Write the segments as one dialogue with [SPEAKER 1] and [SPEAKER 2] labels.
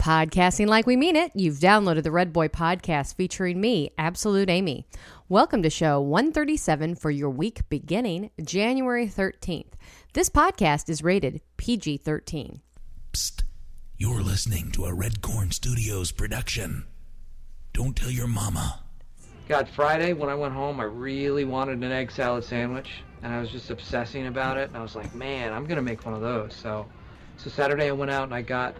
[SPEAKER 1] Podcasting like we mean it, you've downloaded the Red Boy podcast featuring me, Absolute Amy. Welcome to show 137 for your week beginning January 13th. This podcast is rated PG 13.
[SPEAKER 2] Psst. You're listening to a Red Corn Studios production. Don't tell your mama.
[SPEAKER 3] God, Friday when I went home, I really wanted an egg salad sandwich, and I was just obsessing about it. And I was like, man, I'm gonna make one of those. So, so Saturday I went out and I got,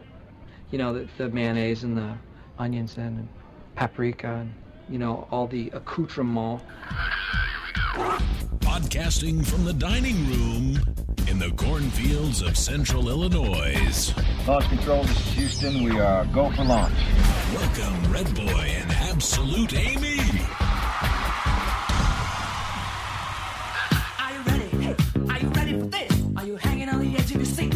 [SPEAKER 3] you know, the, the mayonnaise and the onions and, and paprika and you know all the accoutrement.
[SPEAKER 2] Podcasting from the dining room in the cornfields of central Illinois.
[SPEAKER 4] Launch control, this is Houston. We are go for launch.
[SPEAKER 2] Welcome, Red Boy and Absolute Amy.
[SPEAKER 5] Are you ready? Hey, are you ready for this? Are you hanging on the edge of your seat?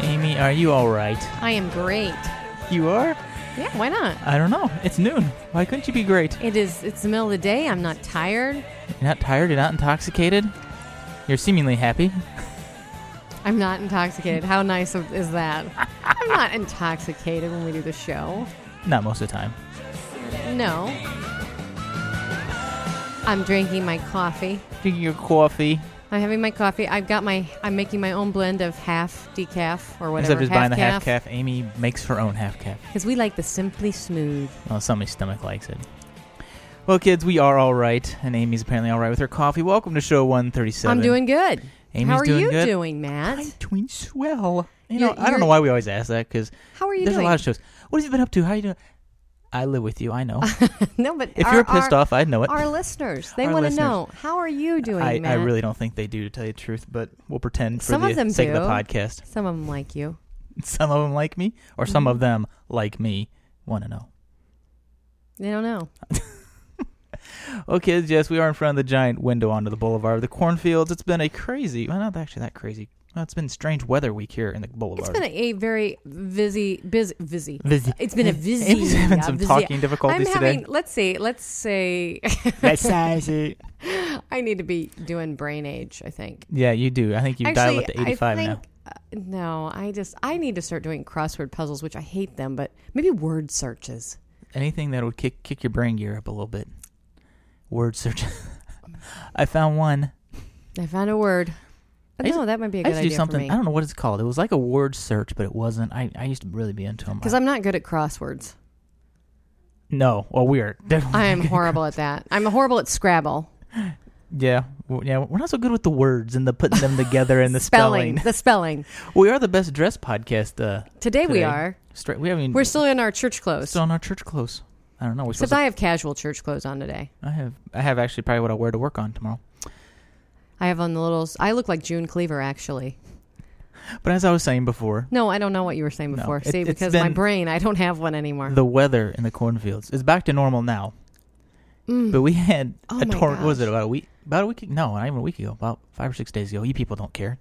[SPEAKER 6] Amy, are you all right?
[SPEAKER 1] I am great.
[SPEAKER 6] You are?
[SPEAKER 1] Yeah, why not?
[SPEAKER 6] I don't know. It's noon. Why couldn't you be great?
[SPEAKER 1] It is, it's the middle of the day. I'm not tired.
[SPEAKER 6] You're not tired. You're not intoxicated. You're seemingly happy.
[SPEAKER 1] I'm not intoxicated. How nice of- is that? I'm not intoxicated when we do the show.
[SPEAKER 6] Not most of the time.
[SPEAKER 1] No. I'm drinking my coffee.
[SPEAKER 6] Drinking your coffee.
[SPEAKER 1] I'm having my coffee. I've got my. I'm making my own blend of half decaf or whatever.
[SPEAKER 6] Instead of just buying the half calf, Amy makes her own half calf.
[SPEAKER 1] Because we like the simply smooth.
[SPEAKER 6] Well, somebody's stomach likes it. Well, kids, we are all right, and Amy's apparently all right with her coffee. Welcome to show 137.
[SPEAKER 1] I'm doing good.
[SPEAKER 6] Amy's
[SPEAKER 1] How are
[SPEAKER 6] doing
[SPEAKER 1] you
[SPEAKER 6] good.
[SPEAKER 1] doing, Matt?
[SPEAKER 6] I'm doing swell. You
[SPEAKER 1] You're-
[SPEAKER 6] know, I
[SPEAKER 1] you're-
[SPEAKER 6] don't know why we always ask that because
[SPEAKER 1] How are you
[SPEAKER 6] there's
[SPEAKER 1] doing?
[SPEAKER 6] a lot of shows. What have you been up to? How you doing? I live with you. I know.
[SPEAKER 1] no, but
[SPEAKER 6] If
[SPEAKER 1] Uh, our-
[SPEAKER 6] you're pissed
[SPEAKER 1] our-
[SPEAKER 6] off, I know it.
[SPEAKER 1] Our listeners, they
[SPEAKER 6] Our
[SPEAKER 1] want to
[SPEAKER 6] listeners.
[SPEAKER 1] know how are you doing,
[SPEAKER 6] I, I
[SPEAKER 1] Matt?
[SPEAKER 6] really don't think they do, to tell you the truth, but we'll pretend for
[SPEAKER 1] Some
[SPEAKER 6] the
[SPEAKER 1] of them
[SPEAKER 6] sake of
[SPEAKER 1] do.
[SPEAKER 6] the podcast.
[SPEAKER 1] Some of them like you.
[SPEAKER 6] Some of them like me, or
[SPEAKER 1] Mm-hmm.
[SPEAKER 6] some of them like me want to know.
[SPEAKER 1] They don't know.
[SPEAKER 6] Okay, yes, we are in front of the giant window onto the boulevard of the cornfields. It's been a crazy, well, not actually that crazy. Well, it's been strange weather week here in the boulevard.
[SPEAKER 1] It's been a, a very busy, busy, busy.
[SPEAKER 6] Busy.
[SPEAKER 1] It's been a busy.
[SPEAKER 6] Amy's having
[SPEAKER 1] yeah,
[SPEAKER 6] some
[SPEAKER 1] busy-
[SPEAKER 6] talking difficulties
[SPEAKER 1] I'm
[SPEAKER 6] today.
[SPEAKER 1] having. Let's see. Let's say. I need to be doing brain age. I think.
[SPEAKER 6] yeah, you do. I think you dial
[SPEAKER 1] Actually,
[SPEAKER 6] up to
[SPEAKER 1] I
[SPEAKER 6] 85
[SPEAKER 1] think,
[SPEAKER 6] now.
[SPEAKER 1] uh, no, I just I need to start doing crossword puzzles, which I hate them, but maybe word searches.
[SPEAKER 6] Anything that would kick kick your brain gear up a little bit. Word search. I found one.
[SPEAKER 1] I found a word.
[SPEAKER 6] I used-
[SPEAKER 1] No, that might be a
[SPEAKER 6] I
[SPEAKER 1] good
[SPEAKER 6] used to
[SPEAKER 1] idea
[SPEAKER 6] do
[SPEAKER 1] for
[SPEAKER 6] something.
[SPEAKER 1] me.
[SPEAKER 6] I don't know what it's called. It was like a word search, but it wasn't. I, I used to really be into them.
[SPEAKER 1] Because I'm not good at crosswords.
[SPEAKER 6] No, well, we are definitely.
[SPEAKER 1] I am horrible at that. I'm horrible at Scrabble.
[SPEAKER 6] Yeah, w- yeah. We're not so good with the words and the putting them together and the
[SPEAKER 1] Spelling.
[SPEAKER 6] spelling.
[SPEAKER 1] The spelling.
[SPEAKER 6] We are the best dressed podcast. Uh,
[SPEAKER 1] Today we are.
[SPEAKER 6] Straight. We haven't. even-
[SPEAKER 1] We're still in our church clothes.
[SPEAKER 6] still in our church clothes. I don't know. We're supposed.
[SPEAKER 1] Except
[SPEAKER 6] To,
[SPEAKER 1] I have casual church clothes on today.
[SPEAKER 6] I have. I have actually probably what I'll wear to work on tomorrow.
[SPEAKER 1] I have on the little. I look like June Cleaver, actually.
[SPEAKER 6] But as I was saying before,
[SPEAKER 1] No, I don't know what you were saying before.
[SPEAKER 6] it-
[SPEAKER 1] See,
[SPEAKER 6] it's
[SPEAKER 1] because my
[SPEAKER 6] been-
[SPEAKER 1] brain, I don't have one anymore.
[SPEAKER 6] the weather in the cornfields is back to normal now. But we had
[SPEAKER 1] Oh
[SPEAKER 6] a
[SPEAKER 1] my
[SPEAKER 6] tornado. Was
[SPEAKER 1] gosh.
[SPEAKER 6] it about a week? About a week? No, not even a week ago. About five or six days ago. You people don't care.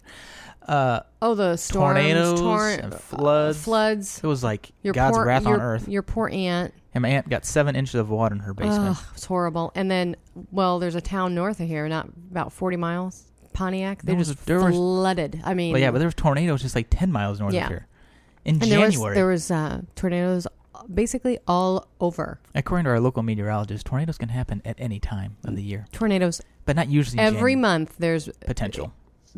[SPEAKER 1] oh, the storms,
[SPEAKER 6] tornadoes
[SPEAKER 1] torn-
[SPEAKER 6] and floods.
[SPEAKER 1] floods.
[SPEAKER 6] It was like
[SPEAKER 1] Your
[SPEAKER 6] God's
[SPEAKER 1] poor,
[SPEAKER 6] wrath
[SPEAKER 1] your,
[SPEAKER 6] on earth.
[SPEAKER 1] Your poor aunt.
[SPEAKER 6] And my aunt got seven inches of water in her basement.
[SPEAKER 1] Ugh, it's horrible. And then, well, there's a town north of here, not about 40 miles, Pontiac. They
[SPEAKER 6] There was-
[SPEAKER 1] just
[SPEAKER 6] there was-
[SPEAKER 1] flooded. I mean,
[SPEAKER 6] But yeah, but there was tornadoes just like ten miles north
[SPEAKER 1] Yeah.
[SPEAKER 6] of here in
[SPEAKER 1] and there
[SPEAKER 6] January.
[SPEAKER 1] was there was uh, tornadoes basically all over.
[SPEAKER 6] According to our local meteorologist, tornadoes can happen at any time of the year,
[SPEAKER 1] Tornadoes
[SPEAKER 6] but not usually in
[SPEAKER 1] every
[SPEAKER 6] Janu-
[SPEAKER 1] month. There's
[SPEAKER 6] potential.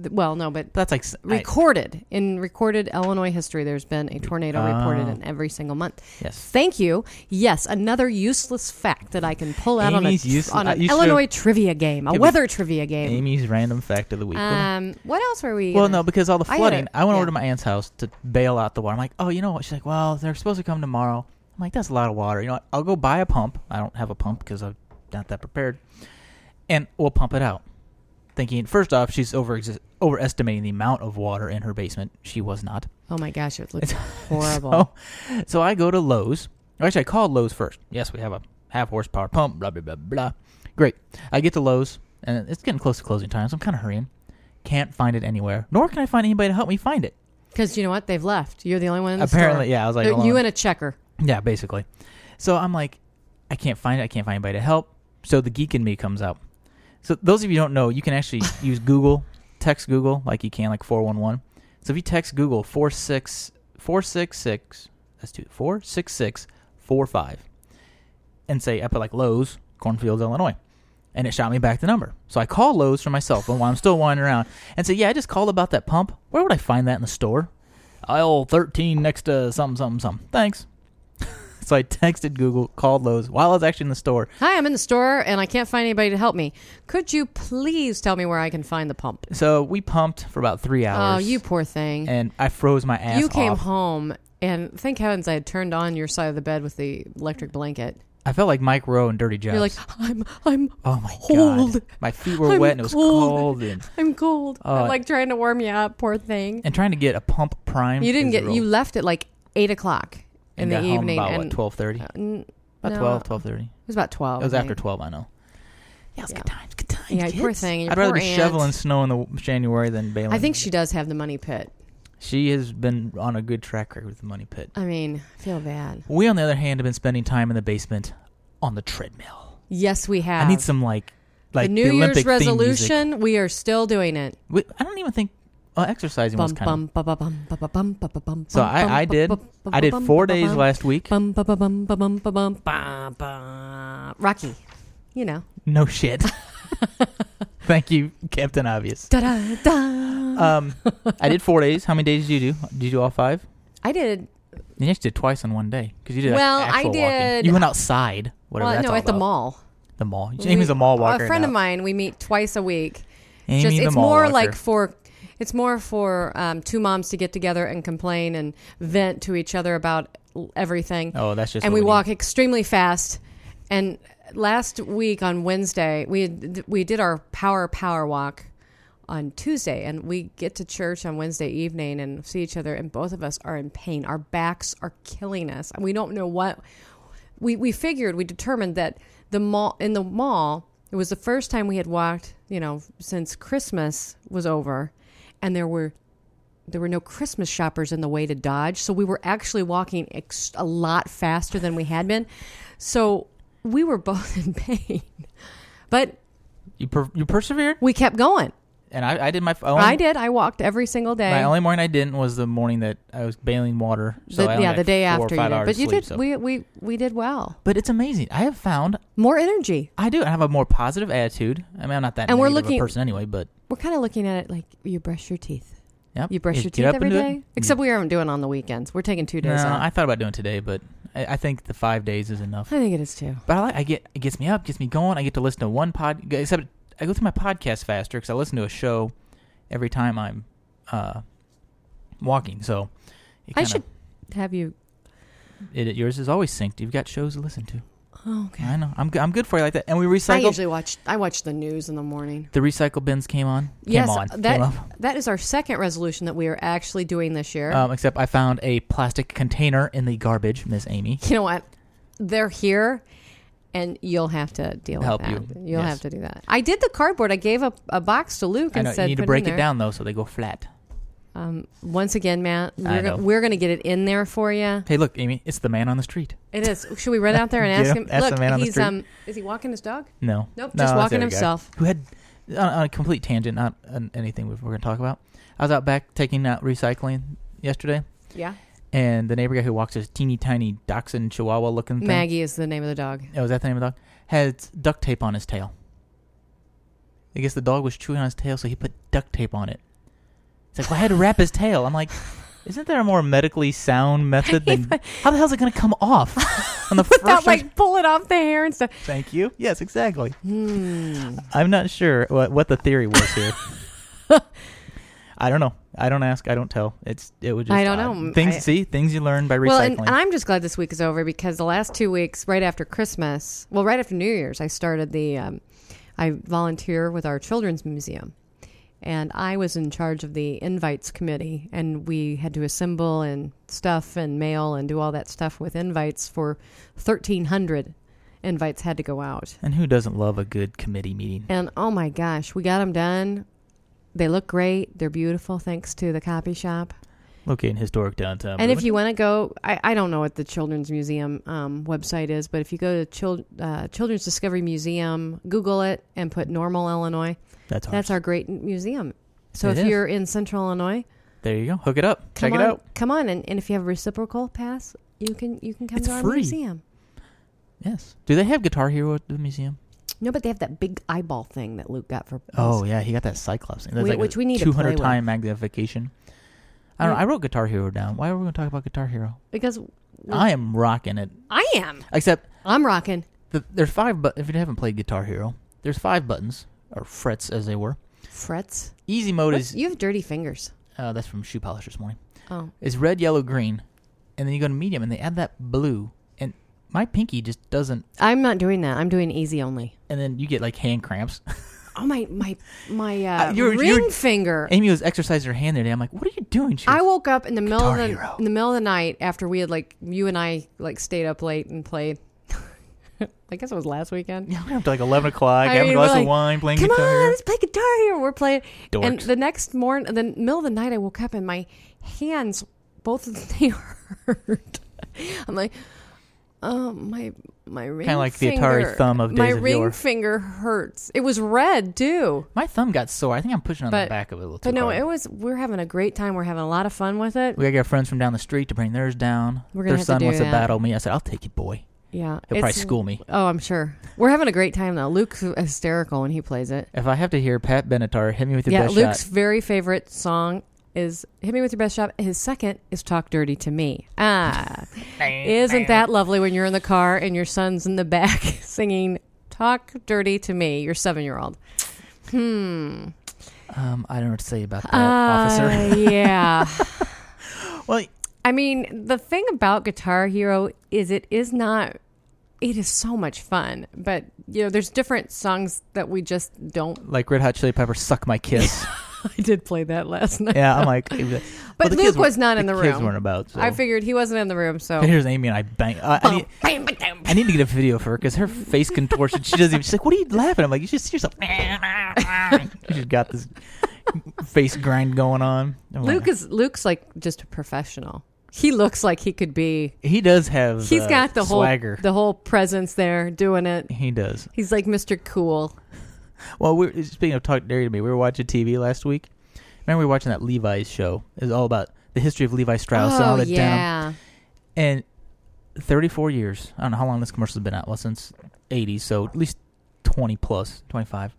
[SPEAKER 1] well, no, but
[SPEAKER 6] But that's like s- I-
[SPEAKER 1] recorded in recorded Illinois history. There's been a tornado reported
[SPEAKER 6] Oh.
[SPEAKER 1] in every single month.
[SPEAKER 6] Yes.
[SPEAKER 1] Thank you. Yes, another useless fact that I can pull out
[SPEAKER 6] Amy's
[SPEAKER 1] on a
[SPEAKER 6] use-
[SPEAKER 1] on
[SPEAKER 6] uh,
[SPEAKER 1] an
[SPEAKER 6] you should've-
[SPEAKER 1] Illinois trivia game, a
[SPEAKER 6] Yeah, we-
[SPEAKER 1] weather trivia game.
[SPEAKER 6] Amy's random fact of the week. What am-
[SPEAKER 1] Um, what else were we?
[SPEAKER 6] well,
[SPEAKER 1] gonna-
[SPEAKER 6] no, because all the
[SPEAKER 1] I had a-
[SPEAKER 6] flooding. I, went
[SPEAKER 1] yeah.
[SPEAKER 6] over to my aunt's house to bail out the water. I'm like, oh, you know what? She's like, well, they're supposed to come tomorrow. I'm like, that's a lot of water. You know, what? I'll go buy a pump. I don't have a pump because I'm not that prepared, and we'll pump it out. Thinking first off, she's over overestimating the amount of water in her basement. She was not.
[SPEAKER 1] Oh my gosh, it looks horrible.
[SPEAKER 6] So, so I go to Lowe's. Actually, I called Lowe's first. Yes, we have a half horsepower pump. Blah blah blah blah. Great. I get to Lowe's, and it's getting close to closing time, so I'm kind of hurrying. Can't find it anywhere, nor can I find anybody to help me find it.
[SPEAKER 1] Because you know what? They've left. You're the only one in the
[SPEAKER 6] Apparently,
[SPEAKER 1] store.
[SPEAKER 6] yeah, I was like,
[SPEAKER 1] They're-
[SPEAKER 6] hold
[SPEAKER 1] you
[SPEAKER 6] on.
[SPEAKER 1] and a checker.
[SPEAKER 6] Yeah, basically. So I'm like, I can't find it. I can't find anybody to help. So the geek in me comes out. So those of you who don't know, you can actually use Google, text Google like you can like four one one. So if you text Google four six four six six that's two four six six four five, and say I put like Lowe's Cornfields Illinois, and it shot me back the number. So I call Lowe's from my cell phone while I'm still wandering around and say, yeah, I just called about that pump. Where would I find that in the store? Aisle thirteen next to something something something. Thanks. So I texted Google, called Lowe's while I was actually in the store.
[SPEAKER 1] Hi, I'm in the store and I can't find anybody to help me. Could you please tell me where I can find the pump?
[SPEAKER 6] So we pumped for about three
[SPEAKER 1] Oh,
[SPEAKER 6] hours.
[SPEAKER 1] you poor thing.
[SPEAKER 6] and I froze my ass
[SPEAKER 1] you came
[SPEAKER 6] off.
[SPEAKER 1] home and thank heavens I had turned on your side of the bed with the electric blanket.
[SPEAKER 6] I felt like Mike Rowe and Dirty Jobs.
[SPEAKER 1] You're like, I'm, I'm
[SPEAKER 6] oh my
[SPEAKER 1] cold.
[SPEAKER 6] god, my feet were
[SPEAKER 1] I'm
[SPEAKER 6] wet and it was
[SPEAKER 1] cold.
[SPEAKER 6] cold, and,
[SPEAKER 1] I'm cold.
[SPEAKER 6] Uh,
[SPEAKER 1] I'm like trying to warm you up, poor thing.
[SPEAKER 6] and trying to get a pump prime.
[SPEAKER 1] you didn't
[SPEAKER 6] is
[SPEAKER 1] get,
[SPEAKER 6] real-
[SPEAKER 1] you left at like 8 o'clock in
[SPEAKER 6] and
[SPEAKER 1] the
[SPEAKER 6] got home
[SPEAKER 1] evening.
[SPEAKER 6] about
[SPEAKER 1] and
[SPEAKER 6] what twelve thirty,
[SPEAKER 1] Uh, n-
[SPEAKER 6] about
[SPEAKER 1] no,
[SPEAKER 6] twelve, twelve thirty.
[SPEAKER 1] It was about 12.
[SPEAKER 6] It was
[SPEAKER 1] I
[SPEAKER 6] after
[SPEAKER 1] think.
[SPEAKER 6] twelve, I know. Yeah, it was good times, good times.
[SPEAKER 1] Yeah,
[SPEAKER 6] kids.
[SPEAKER 1] poor thing, your
[SPEAKER 6] I'd rather
[SPEAKER 1] poor
[SPEAKER 6] be
[SPEAKER 1] aunt.
[SPEAKER 6] shoveling um, snow in the January than bailing.
[SPEAKER 1] I think she does have the money pit.
[SPEAKER 6] she has been on a good track record with the money pit.
[SPEAKER 1] I mean, I feel bad.
[SPEAKER 6] We, on the other hand, have been spending time in the basement on the treadmill.
[SPEAKER 1] Yes, we have.
[SPEAKER 6] I need some like like
[SPEAKER 1] the New Year's
[SPEAKER 6] Olympic theme music.
[SPEAKER 1] resolution, we are still doing it.
[SPEAKER 6] We- I don't even think uh, exercising was
[SPEAKER 1] Bum,
[SPEAKER 6] kind of.
[SPEAKER 1] bum, ba, ba, bum, ba, ba, bum, ba, ba, bum,
[SPEAKER 6] So
[SPEAKER 1] bum, bum,
[SPEAKER 6] I, I
[SPEAKER 1] ba,
[SPEAKER 6] did
[SPEAKER 1] ba, ba,
[SPEAKER 6] I did
[SPEAKER 1] bum,
[SPEAKER 6] four
[SPEAKER 1] ba,
[SPEAKER 6] days
[SPEAKER 1] bum,
[SPEAKER 6] last week.
[SPEAKER 1] Bum, ba, ba, bum, ba, bum, ba, bum, ba, ba. Rocky, you know.
[SPEAKER 6] No shit. Thank you, Captain Obvious.
[SPEAKER 1] Da, da, da.
[SPEAKER 6] Um, I did four days. How many days did you do? Did you do all five?
[SPEAKER 1] I did.
[SPEAKER 6] You actually did twice in one day because you did. like,
[SPEAKER 1] Well, I
[SPEAKER 6] actual walking.
[SPEAKER 1] did-
[SPEAKER 6] You went outside. Whatever.
[SPEAKER 1] Well,
[SPEAKER 6] that's
[SPEAKER 1] no,
[SPEAKER 6] all
[SPEAKER 1] at the
[SPEAKER 6] about.
[SPEAKER 1] mall.
[SPEAKER 6] The mall.
[SPEAKER 1] We-
[SPEAKER 6] Amy's a mall walker.
[SPEAKER 1] A friend
[SPEAKER 6] now.
[SPEAKER 1] of mine. We meet twice a week.
[SPEAKER 6] Amy
[SPEAKER 1] Just
[SPEAKER 6] the
[SPEAKER 1] it's
[SPEAKER 6] mall
[SPEAKER 1] more
[SPEAKER 6] walker.
[SPEAKER 1] like for it's more for um, two moms to get together and complain and vent to each other about l- everything.
[SPEAKER 6] Oh, that's just
[SPEAKER 1] and
[SPEAKER 6] what
[SPEAKER 1] we
[SPEAKER 6] we
[SPEAKER 1] walk extremely fast. And last week on Wednesday, we had, we did our power power walk on Tuesday, and we get to church on Wednesday evening and see each other. And both of us are in pain. Our backs are killing us, and we don't know what we we figured we determined that the mall in the mall it was the first time we had walked you know since christmas was over and there were there were no christmas shoppers in the way to dodge so we were actually walking ex- a lot faster than we had been so we were both in pain but
[SPEAKER 6] You per- you persevered,
[SPEAKER 1] we kept going
[SPEAKER 6] and I, I did my. Own,
[SPEAKER 1] i did i walked every single day
[SPEAKER 6] My only morning I didn't was the morning that I was bailing water. So
[SPEAKER 1] The-
[SPEAKER 6] I only
[SPEAKER 1] yeah
[SPEAKER 6] got
[SPEAKER 1] the day
[SPEAKER 6] four or
[SPEAKER 1] after you
[SPEAKER 6] five
[SPEAKER 1] did
[SPEAKER 6] hours
[SPEAKER 1] but you
[SPEAKER 6] sleep,
[SPEAKER 1] did
[SPEAKER 6] so-
[SPEAKER 1] we, we we did well
[SPEAKER 6] But it's amazing. I have found
[SPEAKER 1] more energy
[SPEAKER 6] I do. I have a more positive attitude. I mean, I'm not that
[SPEAKER 1] And
[SPEAKER 6] and
[SPEAKER 1] we're
[SPEAKER 6] we're looking,
[SPEAKER 1] looking-
[SPEAKER 6] person anyway, but
[SPEAKER 1] we're kind of looking at it like you brush your teeth
[SPEAKER 6] yep.
[SPEAKER 1] You brush
[SPEAKER 6] Just
[SPEAKER 1] your
[SPEAKER 6] get
[SPEAKER 1] teeth
[SPEAKER 6] up
[SPEAKER 1] every
[SPEAKER 6] and do it. Mm.
[SPEAKER 1] day? Except we aren't doing it on the weekends. We're taking two
[SPEAKER 6] No,
[SPEAKER 1] days off.
[SPEAKER 6] I thought about doing it today, but I, I think the five days is enough.
[SPEAKER 1] I think it is too.
[SPEAKER 6] But I like. I get it gets me up, gets me going. I get to listen to one pod. Except I go through my podcast faster because I listen to a show every time I'm uh, walking. So it
[SPEAKER 1] I
[SPEAKER 6] kinda-
[SPEAKER 1] should have you.
[SPEAKER 6] It, yours is always synced. You've got shows to listen to.
[SPEAKER 1] Oh, okay.
[SPEAKER 6] I know. I'm g- I'm good for you like that. And we
[SPEAKER 1] I
[SPEAKER 6] recycle.
[SPEAKER 1] usually watch. I watch the news in the morning.
[SPEAKER 6] The recycle bins came on.
[SPEAKER 1] yes,
[SPEAKER 6] came on.
[SPEAKER 1] that
[SPEAKER 6] came up.
[SPEAKER 1] that is our second resolution that we are actually doing this year.
[SPEAKER 6] Um, except I found a plastic container in the garbage, Miss Amy.
[SPEAKER 1] you know what? They're here, and you'll have to deal
[SPEAKER 6] Help
[SPEAKER 1] with that.
[SPEAKER 6] you.
[SPEAKER 1] You'll
[SPEAKER 6] Yes.
[SPEAKER 1] have to do that. I did the cardboard. I gave a, a box to Luke
[SPEAKER 6] I
[SPEAKER 1] and
[SPEAKER 6] know
[SPEAKER 1] said,
[SPEAKER 6] you need to
[SPEAKER 1] "Put
[SPEAKER 6] break
[SPEAKER 1] in
[SPEAKER 6] it
[SPEAKER 1] there."
[SPEAKER 6] down though, so they go flat.
[SPEAKER 1] Um, once again, Matt,
[SPEAKER 6] I
[SPEAKER 1] we're, go-
[SPEAKER 6] know.
[SPEAKER 1] we're going to get it in there for you.
[SPEAKER 6] Hey, look, Amy, it's the man on the street.
[SPEAKER 1] It is. Should we run out there and
[SPEAKER 6] Get
[SPEAKER 1] ask
[SPEAKER 6] him-
[SPEAKER 1] him?
[SPEAKER 6] ask the
[SPEAKER 1] Look,
[SPEAKER 6] man on the
[SPEAKER 1] he's
[SPEAKER 6] street.
[SPEAKER 1] um, is he walking his dog?
[SPEAKER 6] No,
[SPEAKER 1] Nope,
[SPEAKER 6] No,
[SPEAKER 1] just
[SPEAKER 6] that's
[SPEAKER 1] walking
[SPEAKER 6] the other guy
[SPEAKER 1] himself.
[SPEAKER 6] Who had on, on a complete tangent, not on anything we we're going to talk about. I was out back taking out recycling yesterday,
[SPEAKER 1] Yeah.
[SPEAKER 6] and the neighbor guy who walks his teeny tiny dachshund chihuahua looking thing.
[SPEAKER 1] Maggie is the name of the dog.
[SPEAKER 6] Oh, was that the name of the dog? Had duct tape on his tail. I guess the dog was chewing on his tail, so he put duct tape on it. It's like, well, I had to wrap his tail. I'm like, isn't there a more medically sound method than how the hell's it going to come off on the first?
[SPEAKER 1] without
[SPEAKER 6] time-
[SPEAKER 1] like pulling off the hair and stuff.
[SPEAKER 6] Thank you. Yes, exactly.
[SPEAKER 1] Hmm.
[SPEAKER 6] I'm not sure what, what the theory was here. I don't know. I don't ask. I don't tell. It's it would just
[SPEAKER 1] I don't
[SPEAKER 6] odd.
[SPEAKER 1] know.
[SPEAKER 6] things.
[SPEAKER 1] I-
[SPEAKER 6] see things you learn by recycling.
[SPEAKER 1] Well, and, and I'm just glad this week is over because the last two weeks, right after Christmas, well, right after New Year's, I started the, um, I volunteer with our children's museum, and I was in charge of the invites committee, and we had to assemble and stuff and mail and do all that stuff with invites for thirteen hundred invites had to go out.
[SPEAKER 6] And who doesn't love a good committee meeting?
[SPEAKER 1] And oh my gosh, we got them done. They look great. They're beautiful, thanks to the copy shop.
[SPEAKER 6] Located in historic downtown.
[SPEAKER 1] And if
[SPEAKER 6] Bloomington.
[SPEAKER 1] you want to go, I, I don't know what the Children's Museum um, website is, but if you go to Chil- uh, Children's Discovery Museum, Google it and put Normal, Illinois.
[SPEAKER 6] that's, ours.
[SPEAKER 1] That's our great museum. So
[SPEAKER 6] It
[SPEAKER 1] if
[SPEAKER 6] is.
[SPEAKER 1] you're in Central Illinois,
[SPEAKER 6] There you go. Hook it up.
[SPEAKER 1] come
[SPEAKER 6] Check
[SPEAKER 1] on,
[SPEAKER 6] it out.
[SPEAKER 1] come on, and, and if you have a reciprocal pass, you can you can come
[SPEAKER 6] It's
[SPEAKER 1] to our
[SPEAKER 6] free.
[SPEAKER 1] museum.
[SPEAKER 6] Yes. Do they have Guitar Hero at the museum?
[SPEAKER 1] No, but they have that big eyeball thing that Luke got for
[SPEAKER 6] Oh yeah, he got that Cyclops thing. That's
[SPEAKER 1] We-
[SPEAKER 6] like
[SPEAKER 1] which we need to
[SPEAKER 6] two hundred
[SPEAKER 1] play
[SPEAKER 6] time magnification. I don't. know.
[SPEAKER 1] We-
[SPEAKER 6] I wrote Guitar Hero down. Why are we going to talk about Guitar Hero?
[SPEAKER 1] because we-
[SPEAKER 6] I am rocking it.
[SPEAKER 1] I am
[SPEAKER 6] Except
[SPEAKER 1] I'm rocking
[SPEAKER 6] the, there's five. But if you haven't played Guitar Hero, there's five buttons or frets as they were.
[SPEAKER 1] frets.
[SPEAKER 6] Easy mode
[SPEAKER 1] What's-
[SPEAKER 6] is
[SPEAKER 1] you have dirty fingers.
[SPEAKER 6] uh, that's from shoe polish this morning.
[SPEAKER 1] Oh,
[SPEAKER 6] Is red, yellow, green, and then you go to medium, and they add that blue. And my pinky just doesn't.
[SPEAKER 1] I'm not doing that. I'm doing easy only.
[SPEAKER 6] And then you get like hand cramps.
[SPEAKER 1] Oh my my my uh,
[SPEAKER 6] Uh, you're-
[SPEAKER 1] ring
[SPEAKER 6] you're-
[SPEAKER 1] finger.
[SPEAKER 6] Amy was exercising her hand the other day. I'm like, what are you doing? She
[SPEAKER 1] I
[SPEAKER 6] goes,
[SPEAKER 1] woke up in the middle of
[SPEAKER 6] Guitar
[SPEAKER 1] the
[SPEAKER 6] Hero.
[SPEAKER 1] in the middle of the night after we had like you and I like stayed up late and played. I guess it was last weekend.
[SPEAKER 6] Yeah, we're up to like eleven o'clock, having a
[SPEAKER 1] we're
[SPEAKER 6] glass
[SPEAKER 1] like,
[SPEAKER 6] of wine, playing
[SPEAKER 1] Come
[SPEAKER 6] guitar.
[SPEAKER 1] on,
[SPEAKER 6] Hero."
[SPEAKER 1] let's play guitar here. We're playing. And
[SPEAKER 6] Dorks.
[SPEAKER 1] the next morning, the middle of the night, I woke up and my hands, both of them, they hurt. I'm like, oh my, my ring.
[SPEAKER 6] Kinda like the
[SPEAKER 1] finger,
[SPEAKER 6] Atari thumb of
[SPEAKER 1] my
[SPEAKER 6] Days of
[SPEAKER 1] ring
[SPEAKER 6] Yore.
[SPEAKER 1] finger hurts. It was red too.
[SPEAKER 6] My thumb got sore. I think I'm pushing on
[SPEAKER 1] But-
[SPEAKER 6] the back of it a little too
[SPEAKER 1] But no,
[SPEAKER 6] hard.
[SPEAKER 1] it was. We're having a great time. We're having a lot of fun with it.
[SPEAKER 6] we gotta get our friends from down the street to bring theirs down.
[SPEAKER 1] We're gonna
[SPEAKER 6] Their
[SPEAKER 1] have to
[SPEAKER 6] son
[SPEAKER 1] do
[SPEAKER 6] wants
[SPEAKER 1] that.
[SPEAKER 6] to battle me. I said, I'll take it, boy.
[SPEAKER 1] yeah,
[SPEAKER 6] He'll probably school me.
[SPEAKER 1] Oh, I'm sure. We're having a great time though. Luke's hysterical when he plays it.
[SPEAKER 6] If I have to hear Pat Benatar hit me with your
[SPEAKER 1] yeah,
[SPEAKER 6] best
[SPEAKER 1] Luke's
[SPEAKER 6] shot,
[SPEAKER 1] very favorite song is "Hit Me with Your Best Shot." His second is "Talk Dirty to Me." Ah, isn't that lovely when you're in the car and your son's in the back singing "Talk Dirty to Me"? Your seven-year-old. Hmm.
[SPEAKER 6] um, I don't know what to say about that,
[SPEAKER 1] Uh,
[SPEAKER 6] officer.
[SPEAKER 1] yeah.
[SPEAKER 6] Well,
[SPEAKER 1] I mean, the thing about Guitar Hero is it is not. It is so much fun, but you know, there's different songs that we just don't.
[SPEAKER 6] like Red Hot Chili Peppers, suck my kiss.
[SPEAKER 1] I did play that last night.
[SPEAKER 6] yeah, I'm like, but
[SPEAKER 1] But
[SPEAKER 6] the
[SPEAKER 1] Luke
[SPEAKER 6] kids were-
[SPEAKER 1] was not in the
[SPEAKER 6] Kids
[SPEAKER 1] room.
[SPEAKER 6] weren't about. So.
[SPEAKER 1] I figured he wasn't in the room, so.
[SPEAKER 6] And here's Amy and I bang. Uh, I, need,
[SPEAKER 1] Bam, bam, bam.
[SPEAKER 6] I need to get a video of her because her face contortion. She doesn't even. She's like, "What are you laughing?" I'm like, "You just see yourself." you just got this face grind going on. Oh I'm like,
[SPEAKER 1] Luke is Luke's like just a professional. He looks like he could be.
[SPEAKER 6] He does have.
[SPEAKER 1] He's
[SPEAKER 6] uh,
[SPEAKER 1] got the whole
[SPEAKER 6] swagger.
[SPEAKER 1] the whole presence there doing it.
[SPEAKER 6] he does.
[SPEAKER 1] He's like Mr. Cool.
[SPEAKER 6] Well, we're speaking of talk dirty to me. We were watching TV last week. Remember we were watching that Levi's show. It was all about the history of Levi Strauss and all
[SPEAKER 1] oh
[SPEAKER 6] that down.
[SPEAKER 1] yeah,
[SPEAKER 6] And 34 years. I don't know how long this commercial's been out. Well, since 80s, so at least 20 plus, 25.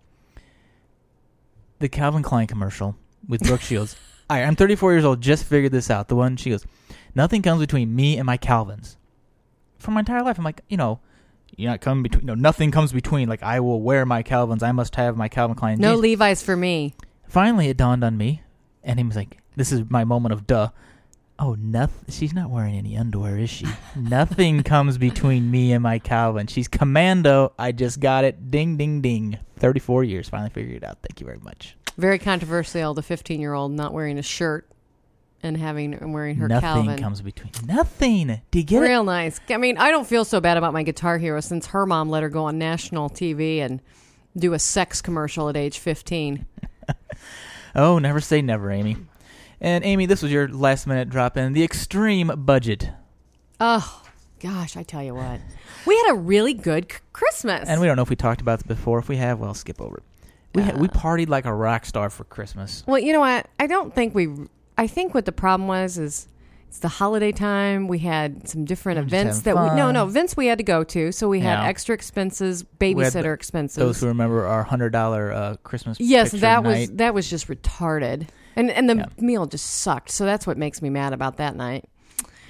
[SPEAKER 6] The Calvin Klein commercial with Brooke Shields. All right, I'm 34 years old. Just figured this out. The one she goes, nothing comes between me and my Calvins. For my entire life, I'm like, you know, you not come between. No, nothing comes between. Like I will wear my Calvins. I must have my Calvin Klein.
[SPEAKER 1] no
[SPEAKER 6] jeans.
[SPEAKER 1] Levi's for me.
[SPEAKER 6] Finally, it dawned on me, and he was like, "This is my moment of duh." Oh, nothing. She's not wearing any underwear, is she? nothing comes between me and my Calvin. She's commando. I just got it. Ding, ding, ding. Thirty-four years. Finally figured it out. Thank you very much.
[SPEAKER 1] Very controversial. The 15 year old not wearing a shirt and having and wearing her
[SPEAKER 6] nothing
[SPEAKER 1] Calvin.
[SPEAKER 6] comes between. Nothing. Do you get it?
[SPEAKER 1] Real nice. I mean, I don't feel so bad about my Guitar Hero since her mom let her go on national TV and do a sex commercial at age 15.
[SPEAKER 6] Oh, never say never, Amy. And Amy, this was your last-minute drop-in. The extreme budget,
[SPEAKER 1] Oh gosh, I tell you what, we had a really good c- Christmas.
[SPEAKER 6] and we don't know if we talked about this before. If we have, well, skip over it. We ha- we partied like a rock star for Christmas.
[SPEAKER 1] Well, you know what? I don't think we. I think what the problem was is it's the holiday time. We had some different
[SPEAKER 6] just
[SPEAKER 1] events that
[SPEAKER 6] having
[SPEAKER 1] we no
[SPEAKER 6] fun.
[SPEAKER 1] no events we had to go to, so we had
[SPEAKER 6] Yeah.
[SPEAKER 1] extra expenses,
[SPEAKER 6] We had the-
[SPEAKER 1] babysitter expenses.
[SPEAKER 6] Those who remember our hundred dollar uh, Christmas.
[SPEAKER 1] yes,
[SPEAKER 6] picture
[SPEAKER 1] that was
[SPEAKER 6] night.
[SPEAKER 1] that was just retarded, and and the
[SPEAKER 6] Yeah.
[SPEAKER 1] meal just sucked. So that's what makes me mad about that night.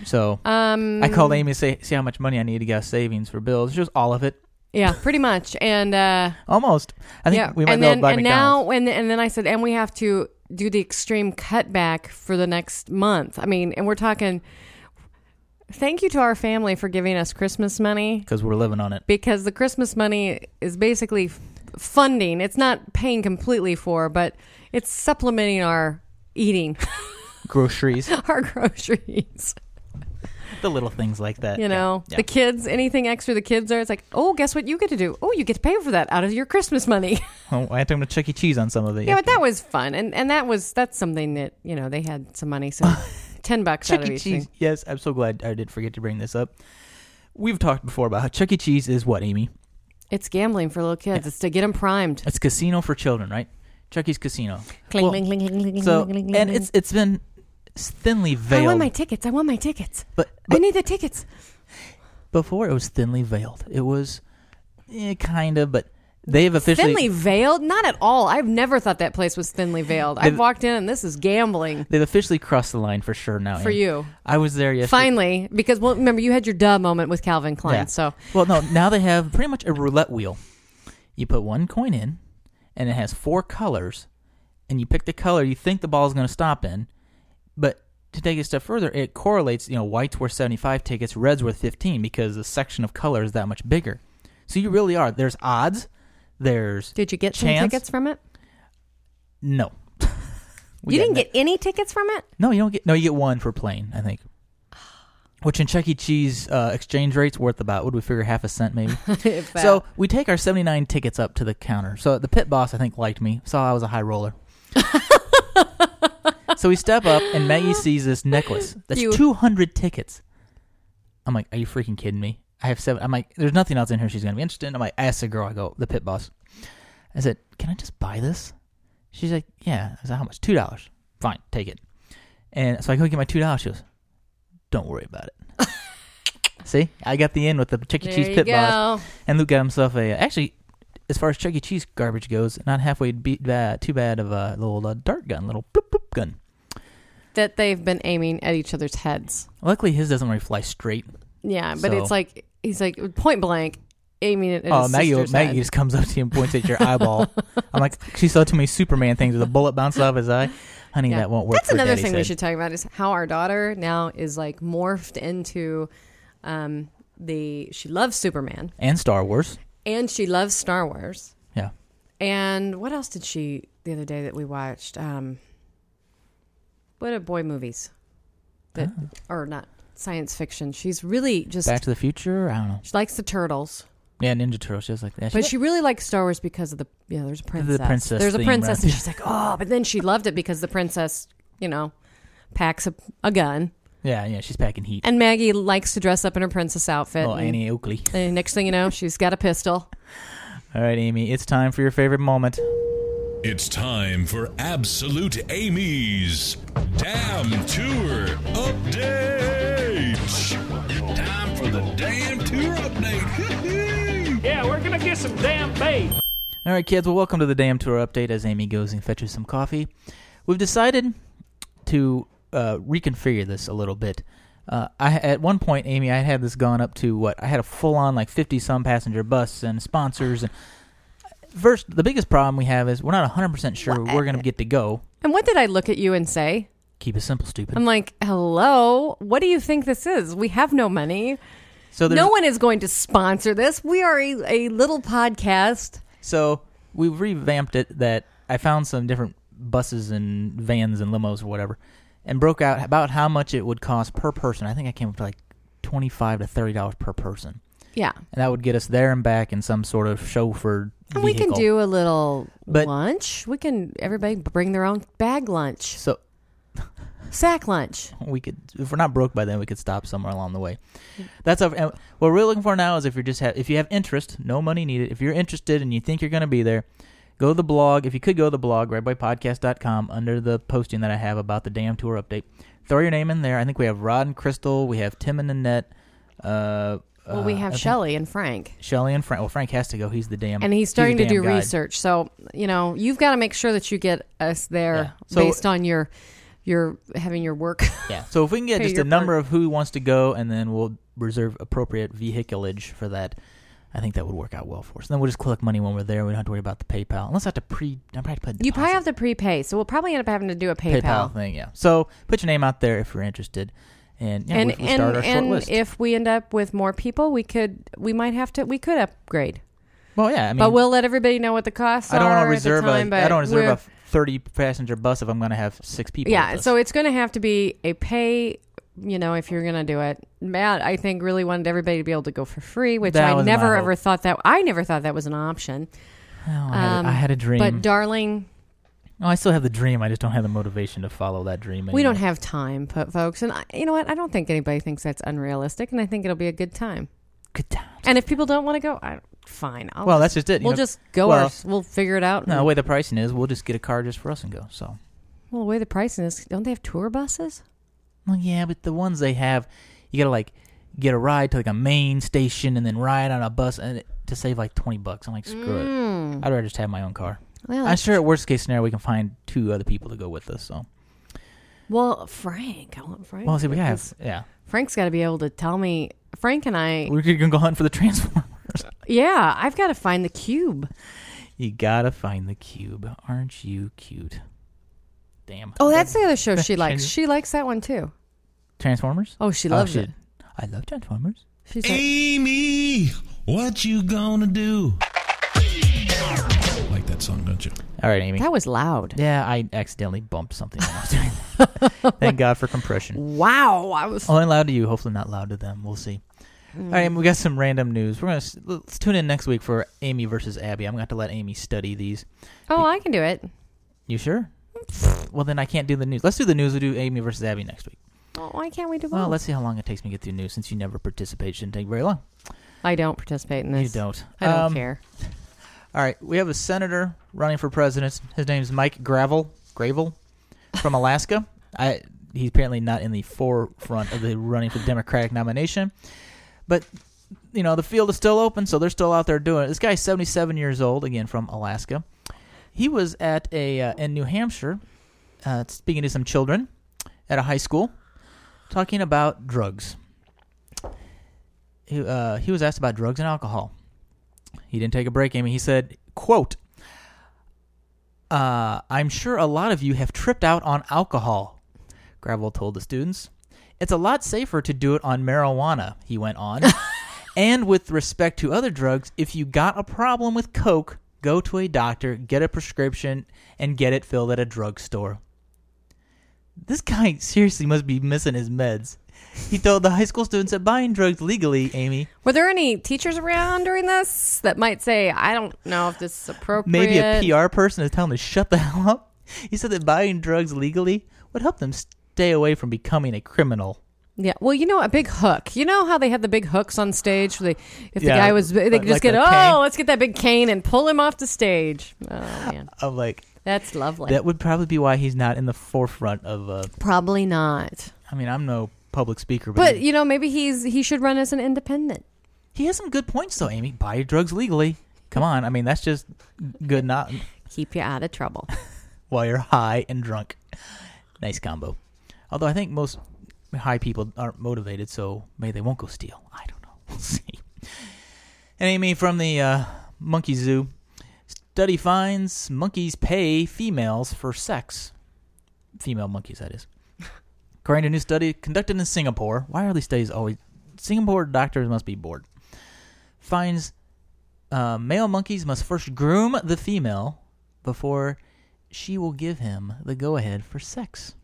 [SPEAKER 6] So
[SPEAKER 1] Um,
[SPEAKER 6] I called Amy to say, see how much money I need to get out savings for bills. She was all of it,
[SPEAKER 1] yeah, pretty much, and uh,
[SPEAKER 6] almost. I think
[SPEAKER 1] yeah,
[SPEAKER 6] we might
[SPEAKER 1] and
[SPEAKER 6] be able
[SPEAKER 1] then
[SPEAKER 6] to buy
[SPEAKER 1] and
[SPEAKER 6] McDonald's.
[SPEAKER 1] now and and then I said, and we have to do the extreme cutback for the next month. I mean, and we're talking. Thank you to our family for giving us Christmas money
[SPEAKER 6] because we're living on it.
[SPEAKER 1] because the Christmas money is basically funding. It's not paying completely for, but it's supplementing our eating,
[SPEAKER 6] groceries,
[SPEAKER 1] our groceries.
[SPEAKER 6] the little things like that.
[SPEAKER 1] You know,
[SPEAKER 6] yeah,
[SPEAKER 1] the kids, anything extra the kids are, it's like, oh, guess what you get to do? Oh, you get to pay for that out of your Christmas money.
[SPEAKER 6] yeah. I had to go to Chuck E. Cheese on some of it.
[SPEAKER 1] yeah, but that was fun, and and that was that's something that you know they had some money, so ten bucks out
[SPEAKER 6] Chuck
[SPEAKER 1] of
[SPEAKER 6] E.
[SPEAKER 1] each
[SPEAKER 6] Cheese.
[SPEAKER 1] thing.
[SPEAKER 6] Yes, I'm so glad I did forget to bring this up. We've talked before about how Chuck E. Cheese is what, Amy?
[SPEAKER 1] It's gambling for little kids. It's to get them primed.
[SPEAKER 6] It's casino for children, right? Chuck E.'s casino.
[SPEAKER 1] Cling,
[SPEAKER 6] Well,
[SPEAKER 1] cling, cling, cling, cling,
[SPEAKER 6] So,
[SPEAKER 1] cling, cling,
[SPEAKER 6] and
[SPEAKER 1] cling.
[SPEAKER 6] it's it's been thinly
[SPEAKER 1] I want
[SPEAKER 6] veiled.
[SPEAKER 1] my tickets. I want my tickets.
[SPEAKER 6] but,
[SPEAKER 1] I
[SPEAKER 6] but
[SPEAKER 1] need the tickets.
[SPEAKER 6] before it was thinly veiled. It was eh, kind of, but they've officially
[SPEAKER 1] Thinly veiled? Not at all. I've never thought that place was thinly veiled. I've
[SPEAKER 6] They've-
[SPEAKER 1] walked in and this is gambling
[SPEAKER 6] they've officially crossed the line for sure now.
[SPEAKER 1] for
[SPEAKER 6] Amy.
[SPEAKER 1] you.
[SPEAKER 6] I was there yesterday.
[SPEAKER 1] Finally, because well, remember you had your duh moment with Calvin Klein.
[SPEAKER 6] Yeah.
[SPEAKER 1] So
[SPEAKER 6] well, no, now they have pretty much a roulette wheel. You put one coin in, and it has four colors, and you pick the color you think the ball is going to stop in. But to take it a step further, it correlates. You know, white's worth seventy-five tickets, red's worth fifteen because the section of color is that much bigger. So you really are. There's odds. There's
[SPEAKER 1] did you get some
[SPEAKER 6] chance.
[SPEAKER 1] tickets from it?
[SPEAKER 6] No. We
[SPEAKER 1] You
[SPEAKER 6] got
[SPEAKER 1] didn't
[SPEAKER 6] no-
[SPEAKER 1] get any tickets from it?
[SPEAKER 6] No, you don't get. No, you get one for playing. I think. Which in Chuck E. Cheese uh, exchange rates worth about would we figure half a cent maybe?
[SPEAKER 1] If that-
[SPEAKER 6] So we take our 79 tickets up to the counter. So the pit boss, I think, liked me, saw I was a high roller. so we step up, and Maggie sees this necklace. That's
[SPEAKER 1] You-
[SPEAKER 6] 200 tickets. I'm like, are you freaking kidding me? I have seven. I'm like, there's nothing else in here she's going to be interested in. I'm like, I asked the girl, I go, the pit boss. I said, can I just buy this? She's like, yeah. I said, how much? $2. Fine, take it. And so I go get my $2. She goes, don't worry about it. See, I got the end with the Chuck E.
[SPEAKER 1] there
[SPEAKER 6] Cheese
[SPEAKER 1] you
[SPEAKER 6] pit
[SPEAKER 1] go.
[SPEAKER 6] boss. And Luke got himself a uh, actually, as far as Chuck E. Cheese garbage goes, not halfway beat bad, too bad of a little uh, dart gun, little bloop bloop gun.
[SPEAKER 1] That they've been aiming at each other's heads.
[SPEAKER 6] Luckily, his doesn't really fly straight.
[SPEAKER 1] Yeah, but
[SPEAKER 6] So-
[SPEAKER 1] it's like he's like point blank aiming it at
[SPEAKER 6] Oh,
[SPEAKER 1] his
[SPEAKER 6] Maggie,
[SPEAKER 1] sister's
[SPEAKER 6] Maggie
[SPEAKER 1] head.
[SPEAKER 6] just comes up to you and points at your eyeball. I'm like, she saw too many Superman things. The bullet bounced off his eye. Honey,
[SPEAKER 1] Yeah.
[SPEAKER 6] that won't work.
[SPEAKER 1] That's
[SPEAKER 6] for
[SPEAKER 1] another
[SPEAKER 6] Daddy's
[SPEAKER 1] thing we
[SPEAKER 6] head.
[SPEAKER 1] should talk about is how our daughter now is like morphed into um, the she loves Superman
[SPEAKER 6] And Star Wars.
[SPEAKER 1] and she loves Star Wars
[SPEAKER 6] Yeah.
[SPEAKER 1] and what else did she the other day that we watched? Um, what are boy movies that or not science fiction? She's really just
[SPEAKER 6] Ah. Back to the Future. I don't know.
[SPEAKER 1] she likes the turtles.
[SPEAKER 6] Yeah, Ninja Turtles. She was like that.
[SPEAKER 1] But she really likes Star Wars because of the yeah. There's a princess.
[SPEAKER 6] princess
[SPEAKER 1] There's a
[SPEAKER 6] theme,
[SPEAKER 1] princess,
[SPEAKER 6] right?
[SPEAKER 1] and she's like, oh. But then she loved it because the princess, you know, packs a, a gun,
[SPEAKER 6] yeah, yeah. She's packing heat.
[SPEAKER 1] and Maggie likes to dress up in her princess outfit.
[SPEAKER 6] oh,
[SPEAKER 1] and,
[SPEAKER 6] Annie Oakley.
[SPEAKER 1] and next thing you know, she's got a pistol.
[SPEAKER 6] All right, Amy. It's time for your favorite moment.
[SPEAKER 2] It's time for Absolute Amy's Damn Tour Update. Time for the Damn Tour Update.
[SPEAKER 7] Yeah, we're gonna get some damn bait.
[SPEAKER 6] All right, kids. Well, welcome to the Damn Tour update as Amy goes and fetches some coffee. We've decided to uh, reconfigure this a little bit. Uh, I at one point, Amy, I had this gone up to what I had a full-on like fifty-some passenger bus and sponsors. And first, the biggest problem we have is we're not hundred percent sure we're going to get to go.
[SPEAKER 1] And what did I look at you and say?
[SPEAKER 6] Keep it simple, stupid.
[SPEAKER 1] I'm like, hello. What do you think this is? We have no money.
[SPEAKER 6] so there's-
[SPEAKER 1] No one is going to sponsor this. We are a, a little podcast.
[SPEAKER 6] So we revamped it that I found some different buses and vans and limos or whatever and broke out about how much it would cost per person. I think I came up to like 25 to 30 dollars per person.
[SPEAKER 1] Yeah.
[SPEAKER 6] And that would get us there and back in some sort of chauffeured
[SPEAKER 1] And we
[SPEAKER 6] vehicle.
[SPEAKER 1] can do a little
[SPEAKER 6] But-
[SPEAKER 1] lunch. We can everybody bring their own bag lunch,
[SPEAKER 6] so
[SPEAKER 1] sack lunch.
[SPEAKER 6] we could if we're not broke by then we could stop somewhere along the way that's our, and what we're looking for now is if you're just ha- if you have interest no money needed if you're interested and you think you're going to be there go to the blog if you could go to the blog redboypodcast.com under the posting that i have about the damn tour update throw your name in there i think we have rod and crystal we have tim and annette uh
[SPEAKER 1] Well, we have Shelly and Frank.
[SPEAKER 6] shelly and frank well frank has to go he's the damn
[SPEAKER 1] And he's
[SPEAKER 6] the
[SPEAKER 1] starting to
[SPEAKER 6] damn
[SPEAKER 1] do
[SPEAKER 6] guide.
[SPEAKER 1] research. So, you know, you've got to make sure that you get us there
[SPEAKER 6] Yeah. So-
[SPEAKER 1] based on your your having your work.
[SPEAKER 6] Yeah. So if we can get
[SPEAKER 1] Pay
[SPEAKER 6] just
[SPEAKER 1] your
[SPEAKER 6] a number of who wants to go, and then we'll reserve appropriate vehiculage for that. I think that would work out well for us. then we'll just collect money when we're there. We don't have to worry about the PayPal. Unless I have to pre, I probably have to put a
[SPEAKER 1] you probably
[SPEAKER 6] deposit.
[SPEAKER 1] have to prepay. So we'll probably end up having to do a PayPal.
[SPEAKER 6] PayPal thing. Yeah. So put your name out there if you're interested, and yeah,
[SPEAKER 1] And
[SPEAKER 6] we, we
[SPEAKER 1] and
[SPEAKER 6] start our short
[SPEAKER 1] and
[SPEAKER 6] list.
[SPEAKER 1] if we end up with more people, we could we might have to we could upgrade.
[SPEAKER 6] Well, yeah. I mean,
[SPEAKER 1] but we'll let everybody know what the costs
[SPEAKER 6] I don't
[SPEAKER 1] want to
[SPEAKER 6] reserve
[SPEAKER 1] time,
[SPEAKER 6] a.
[SPEAKER 1] but
[SPEAKER 6] I don't reserve
[SPEAKER 1] we're-
[SPEAKER 6] a thirty passenger bus if I'm going to have six people.
[SPEAKER 1] Yeah,
[SPEAKER 6] with us.
[SPEAKER 1] so it's going to have to be a pay. You know, if you're going to do it, Matt, I think really wanted everybody to be able to go for free, which
[SPEAKER 6] That
[SPEAKER 1] I
[SPEAKER 6] was my
[SPEAKER 1] never
[SPEAKER 6] hope.
[SPEAKER 1] ever thought that. I never thought that was an option.
[SPEAKER 6] Oh, I, had,
[SPEAKER 1] Um,
[SPEAKER 6] a- I had a dream.
[SPEAKER 1] But darling,
[SPEAKER 6] no, I still have the dream. I just don't have the motivation to follow that dream.
[SPEAKER 1] we don't
[SPEAKER 6] anymore.
[SPEAKER 1] have time, po- folks. And I, you know what? I don't think anybody thinks that's unrealistic, and I think it'll be a good time.
[SPEAKER 6] Good times.
[SPEAKER 1] And if people don't want to go, I, fine. I'll
[SPEAKER 6] Well, that's just it. you
[SPEAKER 1] we'll
[SPEAKER 6] know.
[SPEAKER 1] just go.
[SPEAKER 6] well-
[SPEAKER 1] Well, we'll figure it out.
[SPEAKER 6] No, the
[SPEAKER 1] and-
[SPEAKER 6] way the pricing is, we'll just get a car just for us and go. So,
[SPEAKER 1] Well, the way the pricing is, don't they have tour buses?
[SPEAKER 6] well, yeah, but the ones they have, you gotta like get a ride to like a main station and then ride on a bus and it, to save like twenty bucks. I'm like, screw
[SPEAKER 1] Mm.
[SPEAKER 6] it. I'd rather just have my own car.
[SPEAKER 1] Well,
[SPEAKER 6] I'm sure at worst case scenario we can find two other people to go with us. So,
[SPEAKER 1] well, Frank. I want Frank.
[SPEAKER 6] well, see, we
[SPEAKER 1] because
[SPEAKER 6] have yeah,
[SPEAKER 1] Frank's got to be able to tell me. Frank and I.
[SPEAKER 6] we're gonna go hunt for the transformers.
[SPEAKER 1] Yeah, I've got to find the cube.
[SPEAKER 6] you gotta find the cube, aren't you cute? Damn.
[SPEAKER 1] Oh, that's the other show she
[SPEAKER 6] Can
[SPEAKER 1] likes.
[SPEAKER 6] you-
[SPEAKER 1] She likes that one too.
[SPEAKER 6] Transformers.
[SPEAKER 1] Oh, she loves it.
[SPEAKER 6] I love Transformers.
[SPEAKER 1] She's like,
[SPEAKER 2] Amy, what you gonna do? like that song, don't you?
[SPEAKER 6] All right, Amy.
[SPEAKER 1] that was loud.
[SPEAKER 6] Yeah, I accidentally bumped something. when I was doing that. Thank God for compression.
[SPEAKER 1] Wow, I was.
[SPEAKER 6] Only loud to you, hopefully not loud to them. We'll see.
[SPEAKER 1] Mm.
[SPEAKER 6] All right, we got some random news. We're gonna s- let's tune in next week for Amy versus Abby. I'm gonna have to let Amy study these.
[SPEAKER 1] Oh, I can do it.
[SPEAKER 6] You sure? well, then I can't do the news. Let's do the news. We'll do Amy versus Abby next week.
[SPEAKER 1] Oh, why can't we do
[SPEAKER 6] Well,
[SPEAKER 1] both?
[SPEAKER 6] let's see how long it takes me to get through news. Since you never participate, shouldn't take very long.
[SPEAKER 1] I don't participate in
[SPEAKER 6] You
[SPEAKER 1] this.
[SPEAKER 6] don't.
[SPEAKER 1] I don't
[SPEAKER 6] Um,
[SPEAKER 1] care.
[SPEAKER 6] All right, we have a senator running for president. His name's Mike Gravel, Gravel, from Alaska. I he's apparently not in the forefront of the running for the Democratic nomination, but you know the field is still open, so they're still out there doing it. This guy's 77 years old, again from Alaska. He was at a uh, in New Hampshire, uh, speaking to some children at a high school, talking about drugs. He, uh, he was asked about drugs and alcohol. He didn't take a break, Amy. He said, quote, uh, I'm sure a lot of you have tripped out on alcohol, Gravel told the students. It's a lot safer to do it on marijuana, he went on. and with respect to other drugs, if you got a problem with Coke, go to a doctor, get a prescription, and get it filled at a drugstore. This guy seriously must be missing his meds. He told the high school students that buying drugs legally, Amy,
[SPEAKER 1] Were there any teachers around during this that might say, "I don't know if this is appropriate"?
[SPEAKER 6] maybe a PR person is telling them to shut the hell up. He said that buying drugs legally would help them stay away from becoming a criminal.
[SPEAKER 1] Yeah. Well, you know, a big hook. You know how they had the big hooks on stage? They, if the
[SPEAKER 6] Yeah,
[SPEAKER 1] guy was, they
[SPEAKER 6] like-
[SPEAKER 1] could just
[SPEAKER 6] like
[SPEAKER 1] get,
[SPEAKER 6] the
[SPEAKER 1] oh,
[SPEAKER 6] cane."
[SPEAKER 1] let's get that big cane and pull him off the stage. Oh man,
[SPEAKER 6] I'm like,
[SPEAKER 1] that's lovely.
[SPEAKER 6] that would probably be why he's not in the forefront of. Uh,
[SPEAKER 1] Probably not.
[SPEAKER 6] I mean, I'm no public speaker, but,
[SPEAKER 1] But you know, maybe he's he should run as an independent.
[SPEAKER 6] he has some good points, though. Amy, buy your drugs legally. Come on, I mean, that's just good. Not
[SPEAKER 1] Keep you out of trouble.
[SPEAKER 6] while you're high and drunk. Nice combo. Although I think most high people aren't motivated, so maybe they won't go steal. I don't know. We'll see. And Amy from the uh, Monkey Zoo study finds monkeys pay females for sex. Female monkeys, that is. According to a new study conducted in Singapore, why are these studies always? Singapore doctors must be bored. Finds uh, male monkeys must first groom the female before she will give him the go ahead for sex.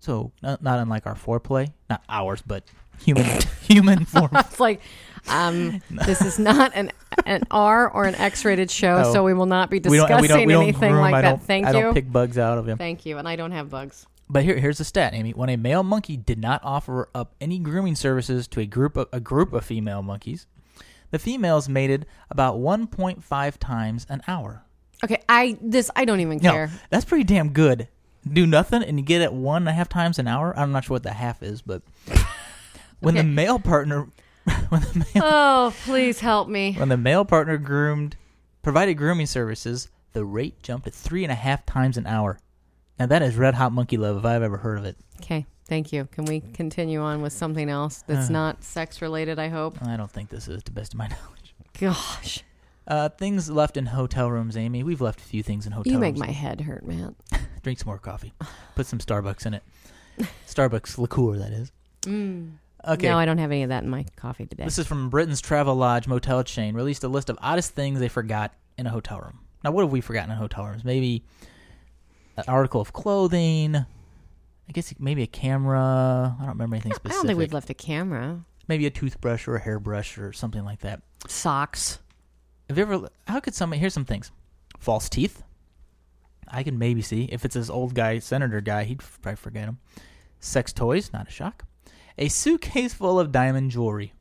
[SPEAKER 6] So, not, not unlike our foreplay, not ours, but human human form.
[SPEAKER 1] it's like, um, this is not an an R or an X-rated show,
[SPEAKER 6] Oh.
[SPEAKER 1] so we will not be
[SPEAKER 6] We
[SPEAKER 1] discussing
[SPEAKER 6] don't, we don't, we don't
[SPEAKER 1] anything
[SPEAKER 6] groom,
[SPEAKER 1] like
[SPEAKER 6] I
[SPEAKER 1] that.
[SPEAKER 6] don't,
[SPEAKER 1] Thank
[SPEAKER 6] I
[SPEAKER 1] you.
[SPEAKER 6] don't pick bugs out of him.
[SPEAKER 1] Thank you. And I don't have bugs.
[SPEAKER 6] But here, here's the stat, Amy. When a male monkey did not offer up any grooming services to a group of, a group of female monkeys, the females mated about 1.5 times an hour.
[SPEAKER 1] Okay, I this I don't even
[SPEAKER 6] No,
[SPEAKER 1] care.
[SPEAKER 6] that's pretty damn good. Do nothing and you get it one and a half times an hour. I'm not sure what the half is, but when the
[SPEAKER 1] Okay.
[SPEAKER 6] male partner, when the male,
[SPEAKER 1] Oh, please help me.
[SPEAKER 6] when the male partner groomed, provided grooming services, the rate jumped to three and a half times an hour. Now that is red hot monkey love if I've ever heard of it.
[SPEAKER 1] Okay, thank you. Can we continue on with something else
[SPEAKER 6] Uh.
[SPEAKER 1] that's not sex related? I hope.
[SPEAKER 6] I don't think this is to the best of my knowledge.
[SPEAKER 1] Gosh,
[SPEAKER 6] Uh, things left in hotel rooms, Amy. We've left a few things in hotel
[SPEAKER 1] you make
[SPEAKER 6] rooms.
[SPEAKER 1] my head hurt, man.
[SPEAKER 6] Drink some more coffee. Put some Starbucks in it. Starbucks liqueur, that is. Mm. Okay.
[SPEAKER 1] No, I don't have any of that in my coffee today.
[SPEAKER 6] This is from Britain's Travel Lodge motel chain. Released a list of oddest things they forgot in a hotel room. Now, what have we forgotten in hotel rooms? Maybe an article of clothing. I guess maybe a camera. I don't remember anything
[SPEAKER 1] I
[SPEAKER 6] specific.
[SPEAKER 1] don't think we've left a camera.
[SPEAKER 6] Maybe a toothbrush or a hairbrush or something like that.
[SPEAKER 1] Socks.
[SPEAKER 6] Have you ever? How could somebody? Here's some things. False teeth. I can maybe see if it's this old guy, senator guy, he'd f- probably forget them. Sex toys, not a shock. A suitcase full of diamond jewelry.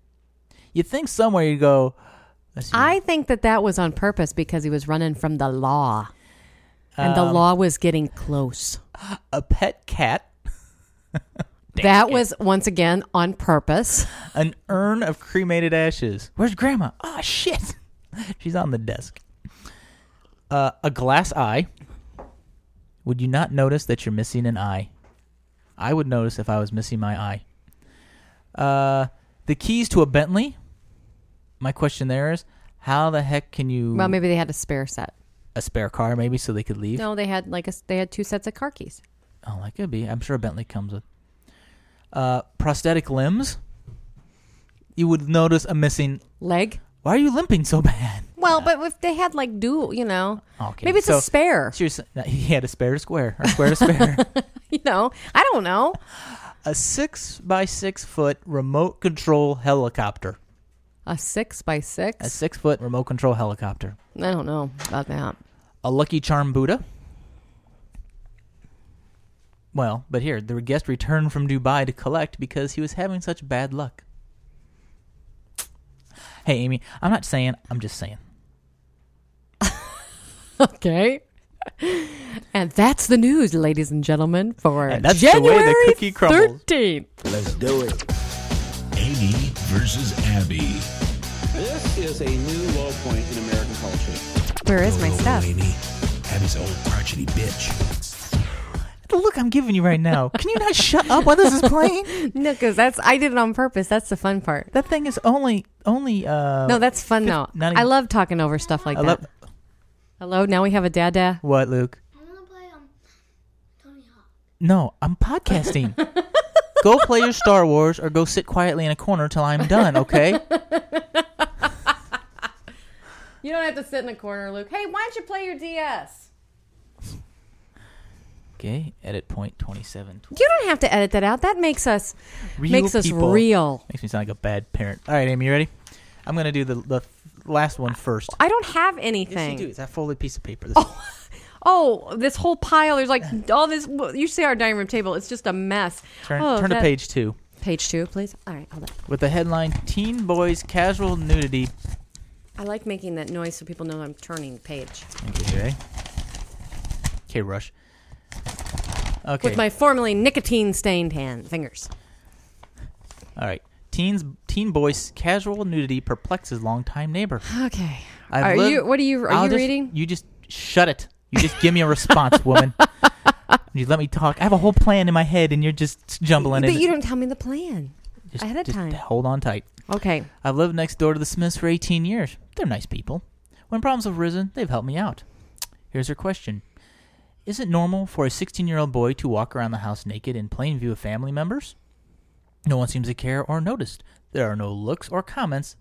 [SPEAKER 6] You think somewhere you go. Let's see.
[SPEAKER 1] I think that that was on purpose because he was running from the law. And
[SPEAKER 6] Um,
[SPEAKER 1] the law was getting close.
[SPEAKER 6] a pet cat,
[SPEAKER 1] That was once again on purpose.
[SPEAKER 6] an urn of cremated ashes. Where's Grandma? Oh shit, she's on the desk. Uh, a glass eye. Would you not notice that you're missing an eye? I would notice if I was missing my eye. Uh, the keys to a Bentley. My question there is, how the heck can you
[SPEAKER 1] Well, maybe they had a spare set.
[SPEAKER 6] a spare car maybe so they could leave?
[SPEAKER 1] No, they had like a, they had two sets of car keys.
[SPEAKER 6] Oh, that could be. I'm sure Bentley comes with. Uh, prosthetic limbs. You would notice a missing.
[SPEAKER 1] Leg.
[SPEAKER 6] Why are you limping so bad?
[SPEAKER 1] Well, but if they had like dual, you know,
[SPEAKER 6] Oh, Okay,
[SPEAKER 1] maybe it's
[SPEAKER 6] so-
[SPEAKER 1] a spare.
[SPEAKER 6] She was- he had a spare to square, or square to spare.
[SPEAKER 1] You know, I don't know.
[SPEAKER 6] a six by six foot remote control helicopter.
[SPEAKER 1] A six by six.
[SPEAKER 6] A six foot remote control helicopter.
[SPEAKER 1] I don't know about that.
[SPEAKER 6] A Lucky Charm Buddha. Well, but here the guest returned from Dubai to collect because he was having such bad luck. Hey, Amy, I'm not saying. I'm just saying.
[SPEAKER 1] Okay. And that's the news, ladies and gentlemen, for
[SPEAKER 6] And that's the way the
[SPEAKER 1] January
[SPEAKER 6] cookie crumbles.
[SPEAKER 1] 13th.
[SPEAKER 8] Let's do it.
[SPEAKER 2] Amy versus Abby.
[SPEAKER 9] This is a new low point in American culture.
[SPEAKER 1] Where is my
[SPEAKER 2] Oh,
[SPEAKER 1] stuff?
[SPEAKER 2] Amy, Abby's an old crotchety bitch.
[SPEAKER 6] The look I'm giving you right now. Can you not shut up while this is playing?
[SPEAKER 1] No, because that's I did it on purpose. That's the fun part.
[SPEAKER 6] That thing is only only. uh
[SPEAKER 1] No, that's fun though.
[SPEAKER 6] not
[SPEAKER 1] I
[SPEAKER 6] even-
[SPEAKER 1] love talking over stuff like
[SPEAKER 6] I
[SPEAKER 1] that.
[SPEAKER 6] love
[SPEAKER 1] Hello, now we have a dada.
[SPEAKER 6] what Luke.
[SPEAKER 10] I'm gonna play um Tony Hawk.
[SPEAKER 6] No, I'm podcasting. go play your Star Wars or go sit quietly in a corner till I'm done, okay?
[SPEAKER 1] You don't have to sit in the corner, Luke. Hey, why don't you play your DS?
[SPEAKER 6] okay, edit point 27.
[SPEAKER 1] You don't have to edit that out. That makes us
[SPEAKER 6] Real
[SPEAKER 1] makes us
[SPEAKER 6] people.
[SPEAKER 1] real.
[SPEAKER 6] Makes me sound like a bad parent. All right, Amy, you ready? I'm going to do the, the last
[SPEAKER 1] Ah,
[SPEAKER 6] one first.
[SPEAKER 1] I don't have anything.
[SPEAKER 6] Yes, you do. It's that folded piece of paper. This-
[SPEAKER 1] Oh, this whole pile. There's like all this. You see our dining room table. It's just a mess.
[SPEAKER 6] turn
[SPEAKER 1] Oh,
[SPEAKER 6] turn
[SPEAKER 1] that-
[SPEAKER 6] to page two
[SPEAKER 1] Page two, please. All right, hold on.
[SPEAKER 6] with the headline Teen Boys Casual Nudity.
[SPEAKER 1] I like making that noise so people know I'm turning page
[SPEAKER 6] Okay, okay Rush. Okay.
[SPEAKER 1] with my formerly nicotine stained hand fingers.
[SPEAKER 6] All right. Teens, teen boys casual nudity perplexes longtime neighbor.
[SPEAKER 1] Okay.
[SPEAKER 6] I've
[SPEAKER 1] Are
[SPEAKER 6] lived-
[SPEAKER 1] you- what are you- are
[SPEAKER 6] I'll
[SPEAKER 1] you
[SPEAKER 6] just-
[SPEAKER 1] reading?
[SPEAKER 6] You just shut it. You just give me a response, woman. You let me talk. I have a whole plan in my head, and you're just jumbling
[SPEAKER 1] But
[SPEAKER 6] it.
[SPEAKER 1] you don't tell me the plan.
[SPEAKER 6] just,
[SPEAKER 1] ahead of
[SPEAKER 6] just
[SPEAKER 1] time.
[SPEAKER 6] Hold on tight.
[SPEAKER 1] Okay.
[SPEAKER 6] I've lived next door to the Smiths for 18 years. They're nice people. When problems have arisen, they've helped me out. Here's her question Is it normal for a 16 year old boy to walk around the house naked in plain view of family members? No one seems to care or notice. There are no looks or comments.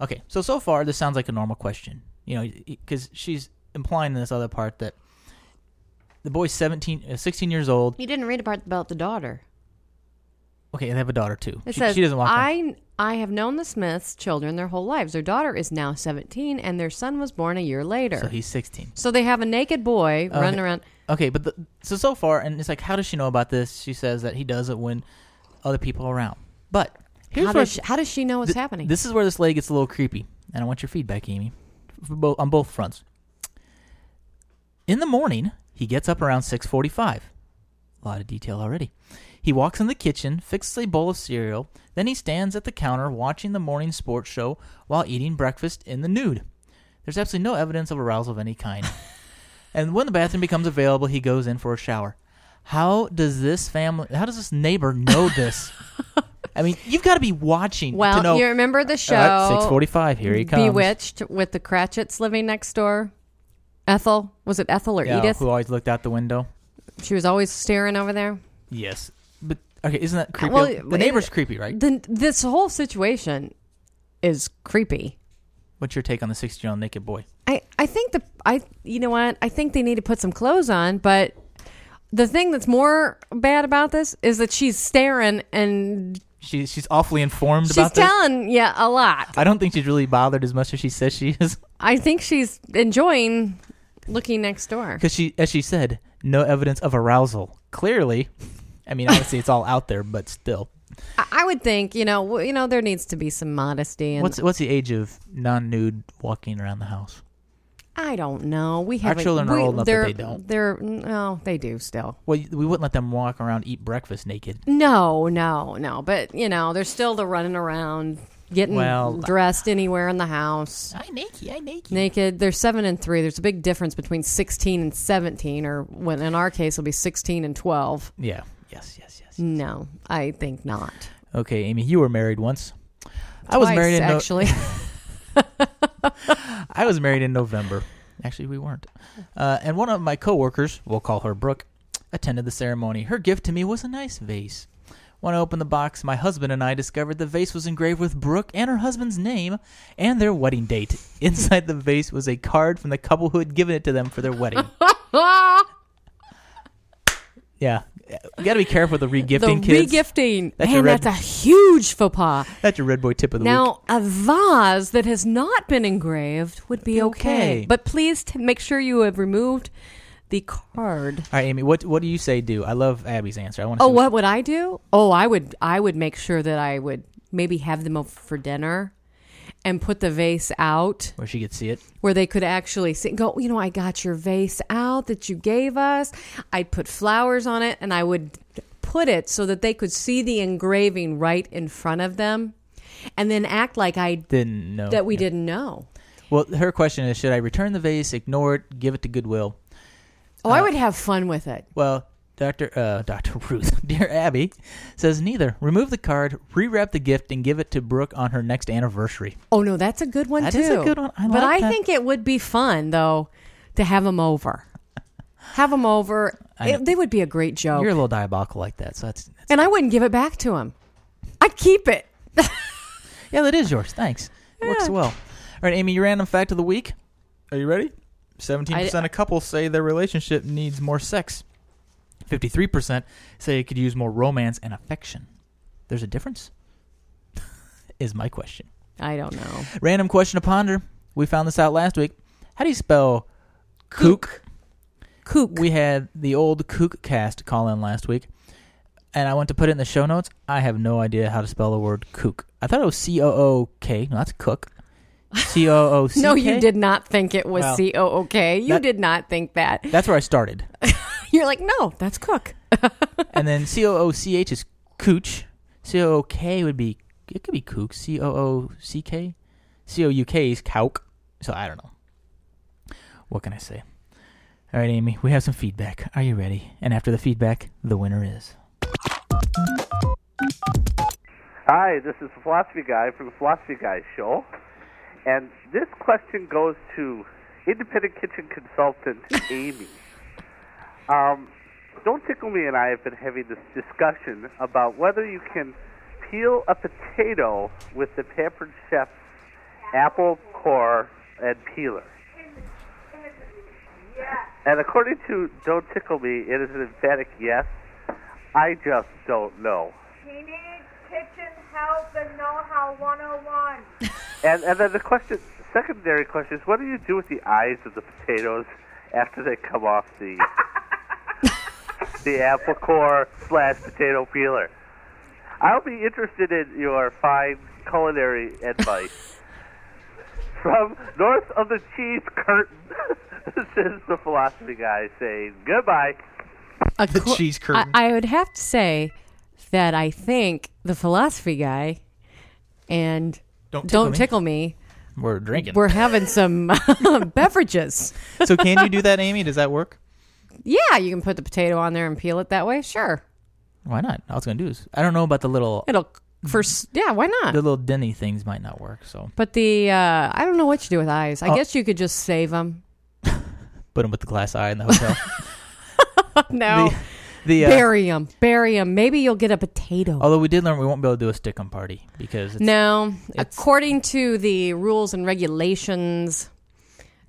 [SPEAKER 6] Okay, so so far this sounds like a normal question. You know, because she's implying in this other part that the boy's 17, uh, 16 years old.
[SPEAKER 1] You didn't read about about the daughter.
[SPEAKER 6] Okay, they have a daughter too.
[SPEAKER 1] It
[SPEAKER 6] she,
[SPEAKER 1] says
[SPEAKER 6] she doesn't walk. around-
[SPEAKER 1] I I have known the Smiths children their whole lives. Their daughter is now 17 and their son was born a year later.
[SPEAKER 6] so he's 16.
[SPEAKER 1] So they have a naked boy running around.
[SPEAKER 6] Okay, but the, so so far, and it's like, how does she know about this? She says that he does it when other people are around. But here's
[SPEAKER 1] How
[SPEAKER 6] where-
[SPEAKER 1] does, she, how does she know what's
[SPEAKER 6] th-
[SPEAKER 1] happening?
[SPEAKER 6] This is where this lady gets a little creepy, and I want your feedback, Amy, for bo- on both fronts. In the morning, he gets up around six forty-five. A lot of detail already. He walks in the kitchen, fixes a bowl of cereal, then he stands at the counter watching the morning sports show while eating breakfast in the nude. There's absolutely no evidence of arousal of any kind. and when the bathroom becomes available, he goes in for a shower. How does this family, how does this neighbor know this? I mean, you've got to be watching to
[SPEAKER 1] well,
[SPEAKER 6] know. uh,
[SPEAKER 1] you remember the show
[SPEAKER 6] Six forty-five. Here he comes.
[SPEAKER 1] Bewitched with the Cratchits living next door. Ethel, was it Ethel or
[SPEAKER 6] Yeah,
[SPEAKER 1] Edith?
[SPEAKER 6] who always looked out the window.
[SPEAKER 1] She was always staring over there.
[SPEAKER 6] Yes, but Okay, isn't that creepy?
[SPEAKER 1] Well,
[SPEAKER 6] the neighbor's
[SPEAKER 1] it-
[SPEAKER 6] creepy, right?
[SPEAKER 1] Then this whole situation is creepy.
[SPEAKER 6] What's your take on the 60 year old naked boy?
[SPEAKER 1] I, I think the I you know what I think they need to put some clothes on, but the thing that's more bad about this is that she's staring and
[SPEAKER 6] She, she's awfully informed
[SPEAKER 1] she's
[SPEAKER 6] about this.
[SPEAKER 1] telling you a lot.
[SPEAKER 6] I don't think she's really bothered as much as she says she is.
[SPEAKER 1] I think she's enjoying looking next door.
[SPEAKER 6] Because she, as she said, no evidence of arousal. Clearly, I mean, obviously it's all out there, but still.
[SPEAKER 1] I, I would think you know w- you know there needs to be some modesty and
[SPEAKER 6] What's what's the age of non-nude walking around the house?
[SPEAKER 1] I don't know. We have
[SPEAKER 6] children are old enough that they don't.
[SPEAKER 1] They're no, they do still.
[SPEAKER 6] Well, y- we wouldn't let them walk around eat breakfast naked.
[SPEAKER 1] No, no, no. But you know, there's still the running around, getting
[SPEAKER 6] Well-
[SPEAKER 1] dressed anywhere in the house.
[SPEAKER 6] I naked, I naked.
[SPEAKER 1] Naked. They're seven and three. There's a big difference between sixteen and seventeen, or when in our case it'll be sixteen and twelve.
[SPEAKER 6] Yeah. Yes. Yes. Yes.
[SPEAKER 1] No, I think not.
[SPEAKER 6] Okay, Amy, you were married once. I was
[SPEAKER 1] Twice,
[SPEAKER 6] married in no-
[SPEAKER 1] actually.
[SPEAKER 6] I was married in November. Actually, we weren't. Uh, and one of my coworkers, we'll call her Brooke, attended the ceremony. Her gift to me was a nice vase. When I opened the box, my husband and I discovered the vase was engraved with Brooke and her husband's name and their wedding date. Inside the vase was a card from the couple who had given it to them for their wedding. yeah, you got to be careful with the
[SPEAKER 1] the
[SPEAKER 6] regifting, kids.
[SPEAKER 1] regifting,
[SPEAKER 6] That's your
[SPEAKER 1] man,
[SPEAKER 6] red-
[SPEAKER 1] that's a huge faux pas.
[SPEAKER 6] That's your red boy tip of the week.
[SPEAKER 1] Now, a vase that has not been engraved would be okay.
[SPEAKER 6] okay.
[SPEAKER 1] But please t- make sure you have removed the card.
[SPEAKER 6] All right, Amy, what what do you say? Do I love Abby's answer? I want to.
[SPEAKER 1] Oh, what would I do? Oh, I would I would make sure that I would maybe have them over for dinner and put the vase out
[SPEAKER 6] Where she could see it.
[SPEAKER 1] where they could actually see go, you know, I got your vase out that you gave us. I'd put flowers on it and I would put it so that they could see the engraving right in front of them and then act like I
[SPEAKER 6] Didn't know
[SPEAKER 1] that we
[SPEAKER 6] Yeah.
[SPEAKER 1] didn't know.
[SPEAKER 6] Well, her question is: Should I return the vase, ignore it, give it to Goodwill?
[SPEAKER 1] Oh,
[SPEAKER 6] Uh,
[SPEAKER 1] I would have fun with it.
[SPEAKER 6] Well, Doctor uh, Doctor Ruth, dear Abby, says neither. Remove the card, rewrap the gift, and give it to Brooke on her next anniversary.
[SPEAKER 1] Oh no, that's a good one
[SPEAKER 6] That
[SPEAKER 1] too.
[SPEAKER 6] is a good one. I
[SPEAKER 1] but
[SPEAKER 6] like
[SPEAKER 1] I
[SPEAKER 6] that.
[SPEAKER 1] think it would be fun though to have them over. Have them over.
[SPEAKER 6] know.
[SPEAKER 1] It, they would be a great joke,
[SPEAKER 6] You're a little diabolical like that, so that's, that's
[SPEAKER 1] and I wouldn't give it back to him. I'd keep it.
[SPEAKER 6] yeah, that is yours. Thanks. It Works well. All right, Amy, your random fact of the week. Are you ready? Seventeen percent of couples say their relationship needs more sex. Fifty-three percent say it could use more romance and affection. There's a difference. is my question.
[SPEAKER 1] I don't know.
[SPEAKER 6] Random question to ponder. We found this out last week. How do you spell kook?
[SPEAKER 1] Kook.
[SPEAKER 6] We had the old kook cast call in last week, and I went to put it in the show notes. I have no idea how to spell the word kook. I thought it was C O O K. No, that's cook. C O O C.
[SPEAKER 1] No, you did not think it was
[SPEAKER 6] Wow.
[SPEAKER 1] C O O K. You
[SPEAKER 6] That-
[SPEAKER 1] did not think that.
[SPEAKER 6] That's where I started.
[SPEAKER 1] You're like, no, that's Cook.
[SPEAKER 6] and then C O O C H is cooch. C O O K would be, it could be kook. C O O C K. C O U K is kauk. So I don't know. What can I say? All right, Amy, we have some feedback. Are you ready? And after the feedback, the winner is.
[SPEAKER 11] Hi, this is the Philosophy Guy from the Philosophy Guy Show. And this question goes to independent kitchen consultant Amy. Um, Don't Tickle Me and I have been having this discussion about whether you can peel a potato with the Pampered Chef's apple core and peeler. And according to Don't Tickle Me, it is an emphatic yes. I just don't know.
[SPEAKER 8] He needs kitchen help and know-how 101.
[SPEAKER 11] And, and then the question, secondary question is, what do you do with the eyes of the potatoes after they come off the the apple core slash potato peeler? I'll be interested in your fine culinary advice. From north of the cheese curtain, this is the philosophy guy saying goodbye.
[SPEAKER 1] A
[SPEAKER 6] The
[SPEAKER 1] Cook-
[SPEAKER 6] cheese curtain.
[SPEAKER 1] I, I would have to say that I think the philosophy guy and
[SPEAKER 6] Don't tickle
[SPEAKER 1] don't
[SPEAKER 6] me.
[SPEAKER 1] tickle me.
[SPEAKER 6] We're drinking.
[SPEAKER 1] We're having some beverages.
[SPEAKER 6] so can you do that, Amy? Does that work?
[SPEAKER 1] Yeah, you can put the potato on there and peel it that way. Sure,
[SPEAKER 6] Why not? All it's gonna do is I don't know about the little
[SPEAKER 1] it'll first. Yeah, why
[SPEAKER 6] the
[SPEAKER 1] not?
[SPEAKER 6] little denny things might not work. So
[SPEAKER 1] But the uh, I don't know what you do with eyes. I
[SPEAKER 6] Oh.
[SPEAKER 1] guess you could just save them.
[SPEAKER 6] put them with the glass eye in the hotel.
[SPEAKER 1] No,
[SPEAKER 6] The- The, uh,
[SPEAKER 1] bury them, bury them. Maybe you'll get a potato.
[SPEAKER 6] Although we did learn we won't be able to do a stick 'em party because it's,
[SPEAKER 1] no, according to the rules and regulations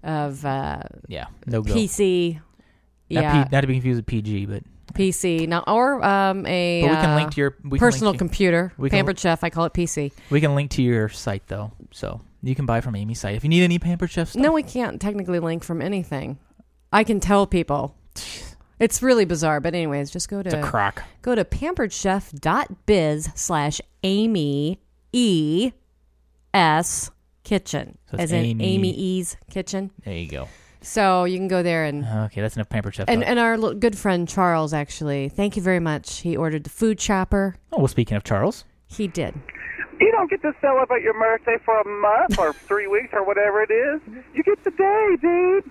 [SPEAKER 1] of uh,
[SPEAKER 6] yeah, no go.
[SPEAKER 1] PC,
[SPEAKER 6] Not,
[SPEAKER 1] yeah,
[SPEAKER 6] P, not to be confused with PG, but
[SPEAKER 1] PC, now or um, a
[SPEAKER 6] But we can
[SPEAKER 1] uh,
[SPEAKER 6] link to your- we can
[SPEAKER 1] personal
[SPEAKER 6] link to-
[SPEAKER 1] computer,
[SPEAKER 6] we can-
[SPEAKER 1] pampered chef. I call it PC.
[SPEAKER 6] we can link to your site though, so you can buy from Amy's site if you need any pampered chef stuff.
[SPEAKER 1] No, we can't technically link from anything. I can tell people. It's really bizarre, but anyways, just go to
[SPEAKER 6] It's a crock.
[SPEAKER 1] Go to pamperedchef.biz slash Amy E S kitchen.
[SPEAKER 6] So it's
[SPEAKER 1] as in
[SPEAKER 6] Amy-
[SPEAKER 1] Amy E's kitchen.
[SPEAKER 6] There you go.
[SPEAKER 1] So you can go there and
[SPEAKER 6] Okay, that's enough Uh, pampered chef.
[SPEAKER 1] and,
[SPEAKER 6] talk.
[SPEAKER 1] and our li- good friend Charles actually, thank you very much. He ordered the food chopper.
[SPEAKER 6] oh, well, speaking of Charles,
[SPEAKER 1] He did.
[SPEAKER 12] You don't get to celebrate your birthday for a month or three weeks or whatever it is. You get the day, dude.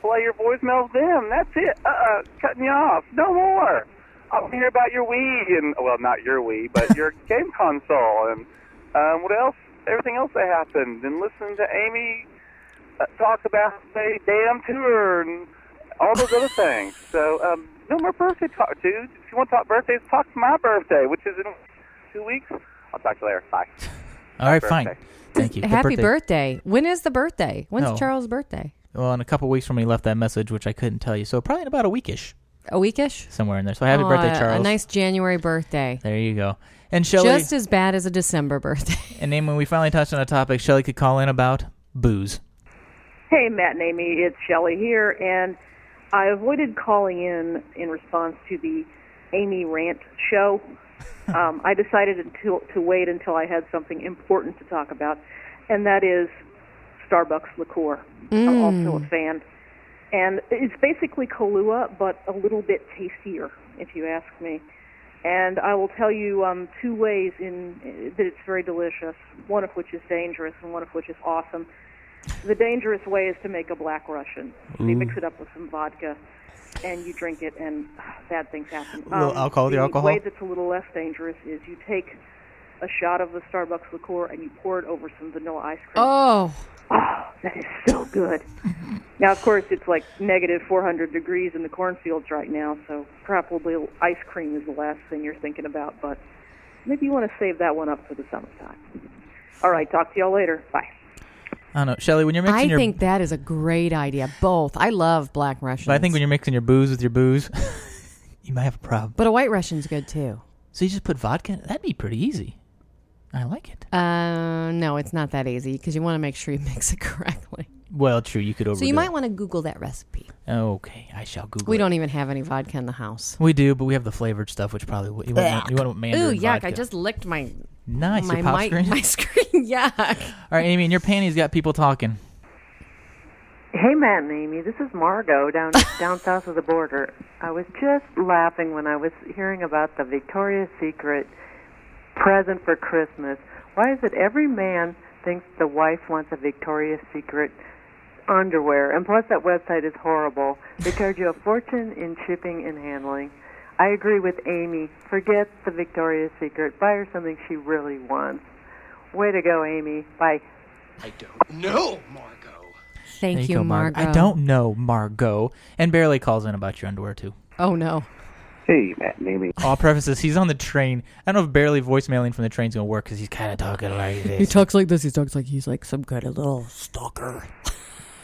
[SPEAKER 12] Play your voicemails then. That's it. Uh-uh. Cutting you off. No more. I want to hear about your Wii and, well, not your Wii, but your game console and um, what else? Everything else that happened. And listen to Amy uh, talk about the damn tour and all those other things. So, um, no more birthday talk, dude. If you want to talk birthdays, talk my birthday, which is in two weeks. I'll talk to you later. Bye.
[SPEAKER 6] all right, fine. Thank you. Good
[SPEAKER 1] Happy birthday. When is the birthday? When's
[SPEAKER 6] No.
[SPEAKER 1] Charles' birthday?
[SPEAKER 6] Well, in a couple weeks from when he left that message, which I couldn't tell you, so probably in about a weekish,
[SPEAKER 1] A weekish?
[SPEAKER 6] somewhere in there. So happy
[SPEAKER 1] Oh,
[SPEAKER 6] birthday,
[SPEAKER 1] a-
[SPEAKER 6] Charles.
[SPEAKER 1] A nice January birthday.
[SPEAKER 6] There you go. And Shelley,
[SPEAKER 1] Just as bad as a December birthday.
[SPEAKER 6] and then when we finally touched on a topic, Shelley could call in about booze.
[SPEAKER 11] Hey, Matt and Amy, it's Shelley here, and I avoided calling in in response to the Amy Rant show. um, I decided to, to wait until I had something important to talk about, and that is Starbucks liqueur. I'm also a
[SPEAKER 13] Mm.
[SPEAKER 11] fan. And it's basically Kahlua, but a little bit tastier, if you ask me. And I will tell you um, two ways in that it's very delicious, one of which is dangerous and one of which is awesome. The dangerous way is to make a black Russian. So you
[SPEAKER 6] Ooh.
[SPEAKER 11] mix it up with some vodka, and you drink it, and ah, bad things happen. Um,
[SPEAKER 6] A little alcohol with
[SPEAKER 11] the
[SPEAKER 6] your alcohol?
[SPEAKER 11] way that's a little less dangerous is you take a shot of the Starbucks liqueur and you pour it over some vanilla ice cream.
[SPEAKER 1] Oh.
[SPEAKER 11] that is so good. Now, of course, it's like negative 400 degrees in the cornfields right now, so probably ice cream is the last thing you're thinking about, but maybe you want to save that one up for the summertime. All right, talk to y'all later. Bye.
[SPEAKER 6] I don't know, Shelley. When you're mixing
[SPEAKER 1] I
[SPEAKER 6] your,
[SPEAKER 1] think that is a great idea. Both. I love black Russians.
[SPEAKER 6] but I think when you're mixing your booze with your booze, you might have a problem.
[SPEAKER 1] But a white Russian's good too.
[SPEAKER 6] So you just put vodka? in it? That'd be pretty easy. I like it.
[SPEAKER 1] Uh, no, it's not that easy because you want to make sure you mix it correctly.
[SPEAKER 6] Well, true. You could overdo.
[SPEAKER 1] So you might want to Google that recipe.
[SPEAKER 6] It. Okay, I shall Google.
[SPEAKER 1] we
[SPEAKER 6] it.
[SPEAKER 1] don't even have any vodka in the house.
[SPEAKER 6] We do, but we have the flavored stuff, which probably w- you
[SPEAKER 1] Ugh.
[SPEAKER 6] want. You want mandarin
[SPEAKER 1] Ooh, yuck!
[SPEAKER 6] vodka.
[SPEAKER 1] I just licked my
[SPEAKER 6] Nice,
[SPEAKER 1] my
[SPEAKER 6] your pop
[SPEAKER 1] mic-
[SPEAKER 6] screen?
[SPEAKER 1] My screen, yuck.
[SPEAKER 6] All right, Amy, and your panties got people talking.
[SPEAKER 14] Hey, Matt and Amy, this is Margot down down south of the border. I was just laughing when I was hearing about the Victoria's Secret present for Christmas. Why is it every man thinks the wife wants a Victoria's Secret underwear? And plus, that website is horrible. They charge you a fortune in shipping and handling. I agree with Amy. Forget the Victoria's Secret. Buy her something she really wants. Way to go, Amy. Bye.
[SPEAKER 5] I don't know, Margot.
[SPEAKER 1] Thank
[SPEAKER 6] There
[SPEAKER 1] you, Margot.
[SPEAKER 6] I don't know, Margot. And Barely calls in about your underwear, too.
[SPEAKER 1] Oh no.
[SPEAKER 6] Hey, Matt and Amy. All prefaces, he's on the train. I don't know if Barely voicemailing from the train's going to work because he's kind of talking like this.
[SPEAKER 1] He talks like this. He talks like he's like some kind of little stalker.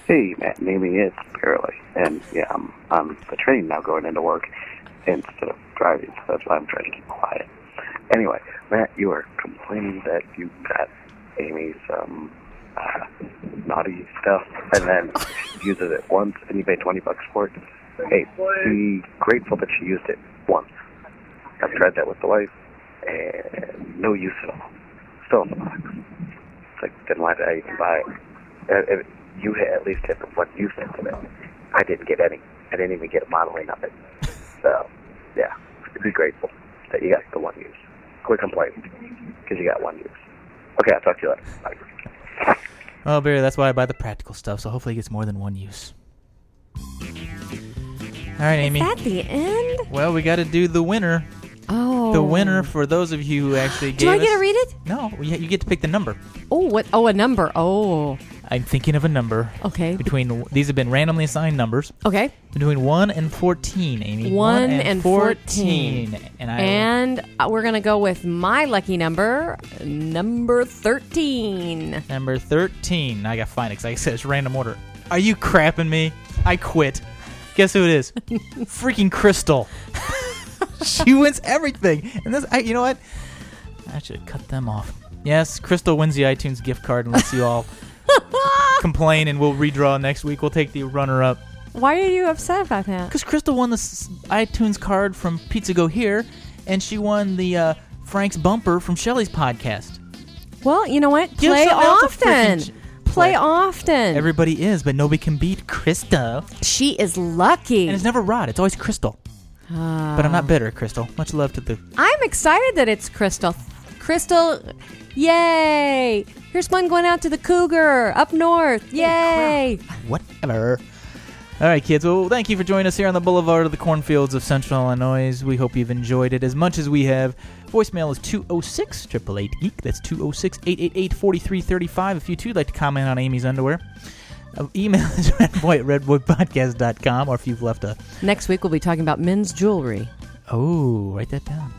[SPEAKER 15] Hey, Matt and Amy, it's Barely. And yeah, I'm on the train now going into work instead of driving, so that's why I'm trying to keep quiet. Anyway, Matt, you were complaining that you got Amy's um, uh, naughty stuff, and then she uses it once and you pay 20 bucks for it. Hey, be grateful that she used it once. I've tried that with the wife, and no use at all. Still in the box. It's like, then why did I even buy it? Uh, it- you had at least had one use out of it. I didn't get any. I didn't even get a modeling of it. So, yeah, be grateful that you got the one use. Quit complaining because you got one use. Okay, I'll talk to you later. Bye.
[SPEAKER 6] Oh, Barely, that's why I buy the practical stuff, so hopefully it gets more than one use. All right, Amy.
[SPEAKER 1] Is that the end?
[SPEAKER 6] Well, we got to do the winner.
[SPEAKER 1] Oh,
[SPEAKER 6] The winner for those of you who actually gave
[SPEAKER 1] Do I get
[SPEAKER 6] us-
[SPEAKER 1] to read it?
[SPEAKER 6] No, you you get to pick the number.
[SPEAKER 1] Oh, what? Oh, a number. Oh,
[SPEAKER 6] I'm thinking of a number.
[SPEAKER 1] Okay.
[SPEAKER 6] Between these have been randomly assigned numbers.
[SPEAKER 1] okay.
[SPEAKER 6] Between one and fourteen, Amy.
[SPEAKER 1] One and fourteen,
[SPEAKER 6] And I
[SPEAKER 1] And, uh, we're gonna go with my lucky number, number thirteen.
[SPEAKER 6] number thirteen. I got fine because I said it's random order. Are you crapping me? I quit. Guess who it is? Freaking Crystal. she wins everything. And this, I, you know what? I should cut them off. Yes, Crystal wins the iTunes gift card unless you all complain, and we'll redraw next week. We'll take the runner-up.
[SPEAKER 1] Why are you upset about that?
[SPEAKER 6] Because Crystal won the s- iTunes card from Pizza Go Here, and she won the uh, Frank's bumper from Shelly's podcast.
[SPEAKER 1] Well, you know what?
[SPEAKER 6] Give
[SPEAKER 1] Play
[SPEAKER 6] somebody else a freaking
[SPEAKER 1] often.
[SPEAKER 6] ch-
[SPEAKER 1] Play often.
[SPEAKER 6] Everybody is, but nobody can beat Crystal.
[SPEAKER 1] She is lucky.
[SPEAKER 6] And it's never Rod, it's always Crystal.
[SPEAKER 1] Ah.
[SPEAKER 6] But I'm not bitter, Crystal. Much love to the.
[SPEAKER 1] I'm excited that it's Crystal. Crystal, yay! Here's one going out to the Cougar up north. Yay!
[SPEAKER 6] Whatever. All right, kids. Well, thank you for joining us here on the Boulevard of the Cornfields of Central Illinois. We hope you've enjoyed it as much as we have. Voicemail is 206 888 Geek. That's 206 888 4335 if you too would like to comment on Amy's underwear. Uh, email is redboy at redboypodcast.com or if you've left a.
[SPEAKER 1] Next week we'll be talking about men's jewelry.
[SPEAKER 6] Oh, write that down.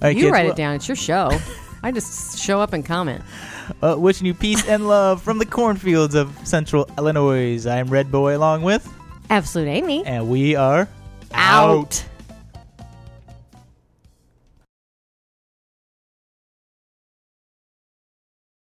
[SPEAKER 6] All right,
[SPEAKER 1] you
[SPEAKER 6] kids,
[SPEAKER 1] write
[SPEAKER 6] well-
[SPEAKER 1] it down. It's your show. I just show up and comment.
[SPEAKER 6] Uh, wishing you peace and love from the cornfields of central Illinois. I'm Red Boy along with
[SPEAKER 1] Absolute Amy.
[SPEAKER 6] And we are
[SPEAKER 1] Out.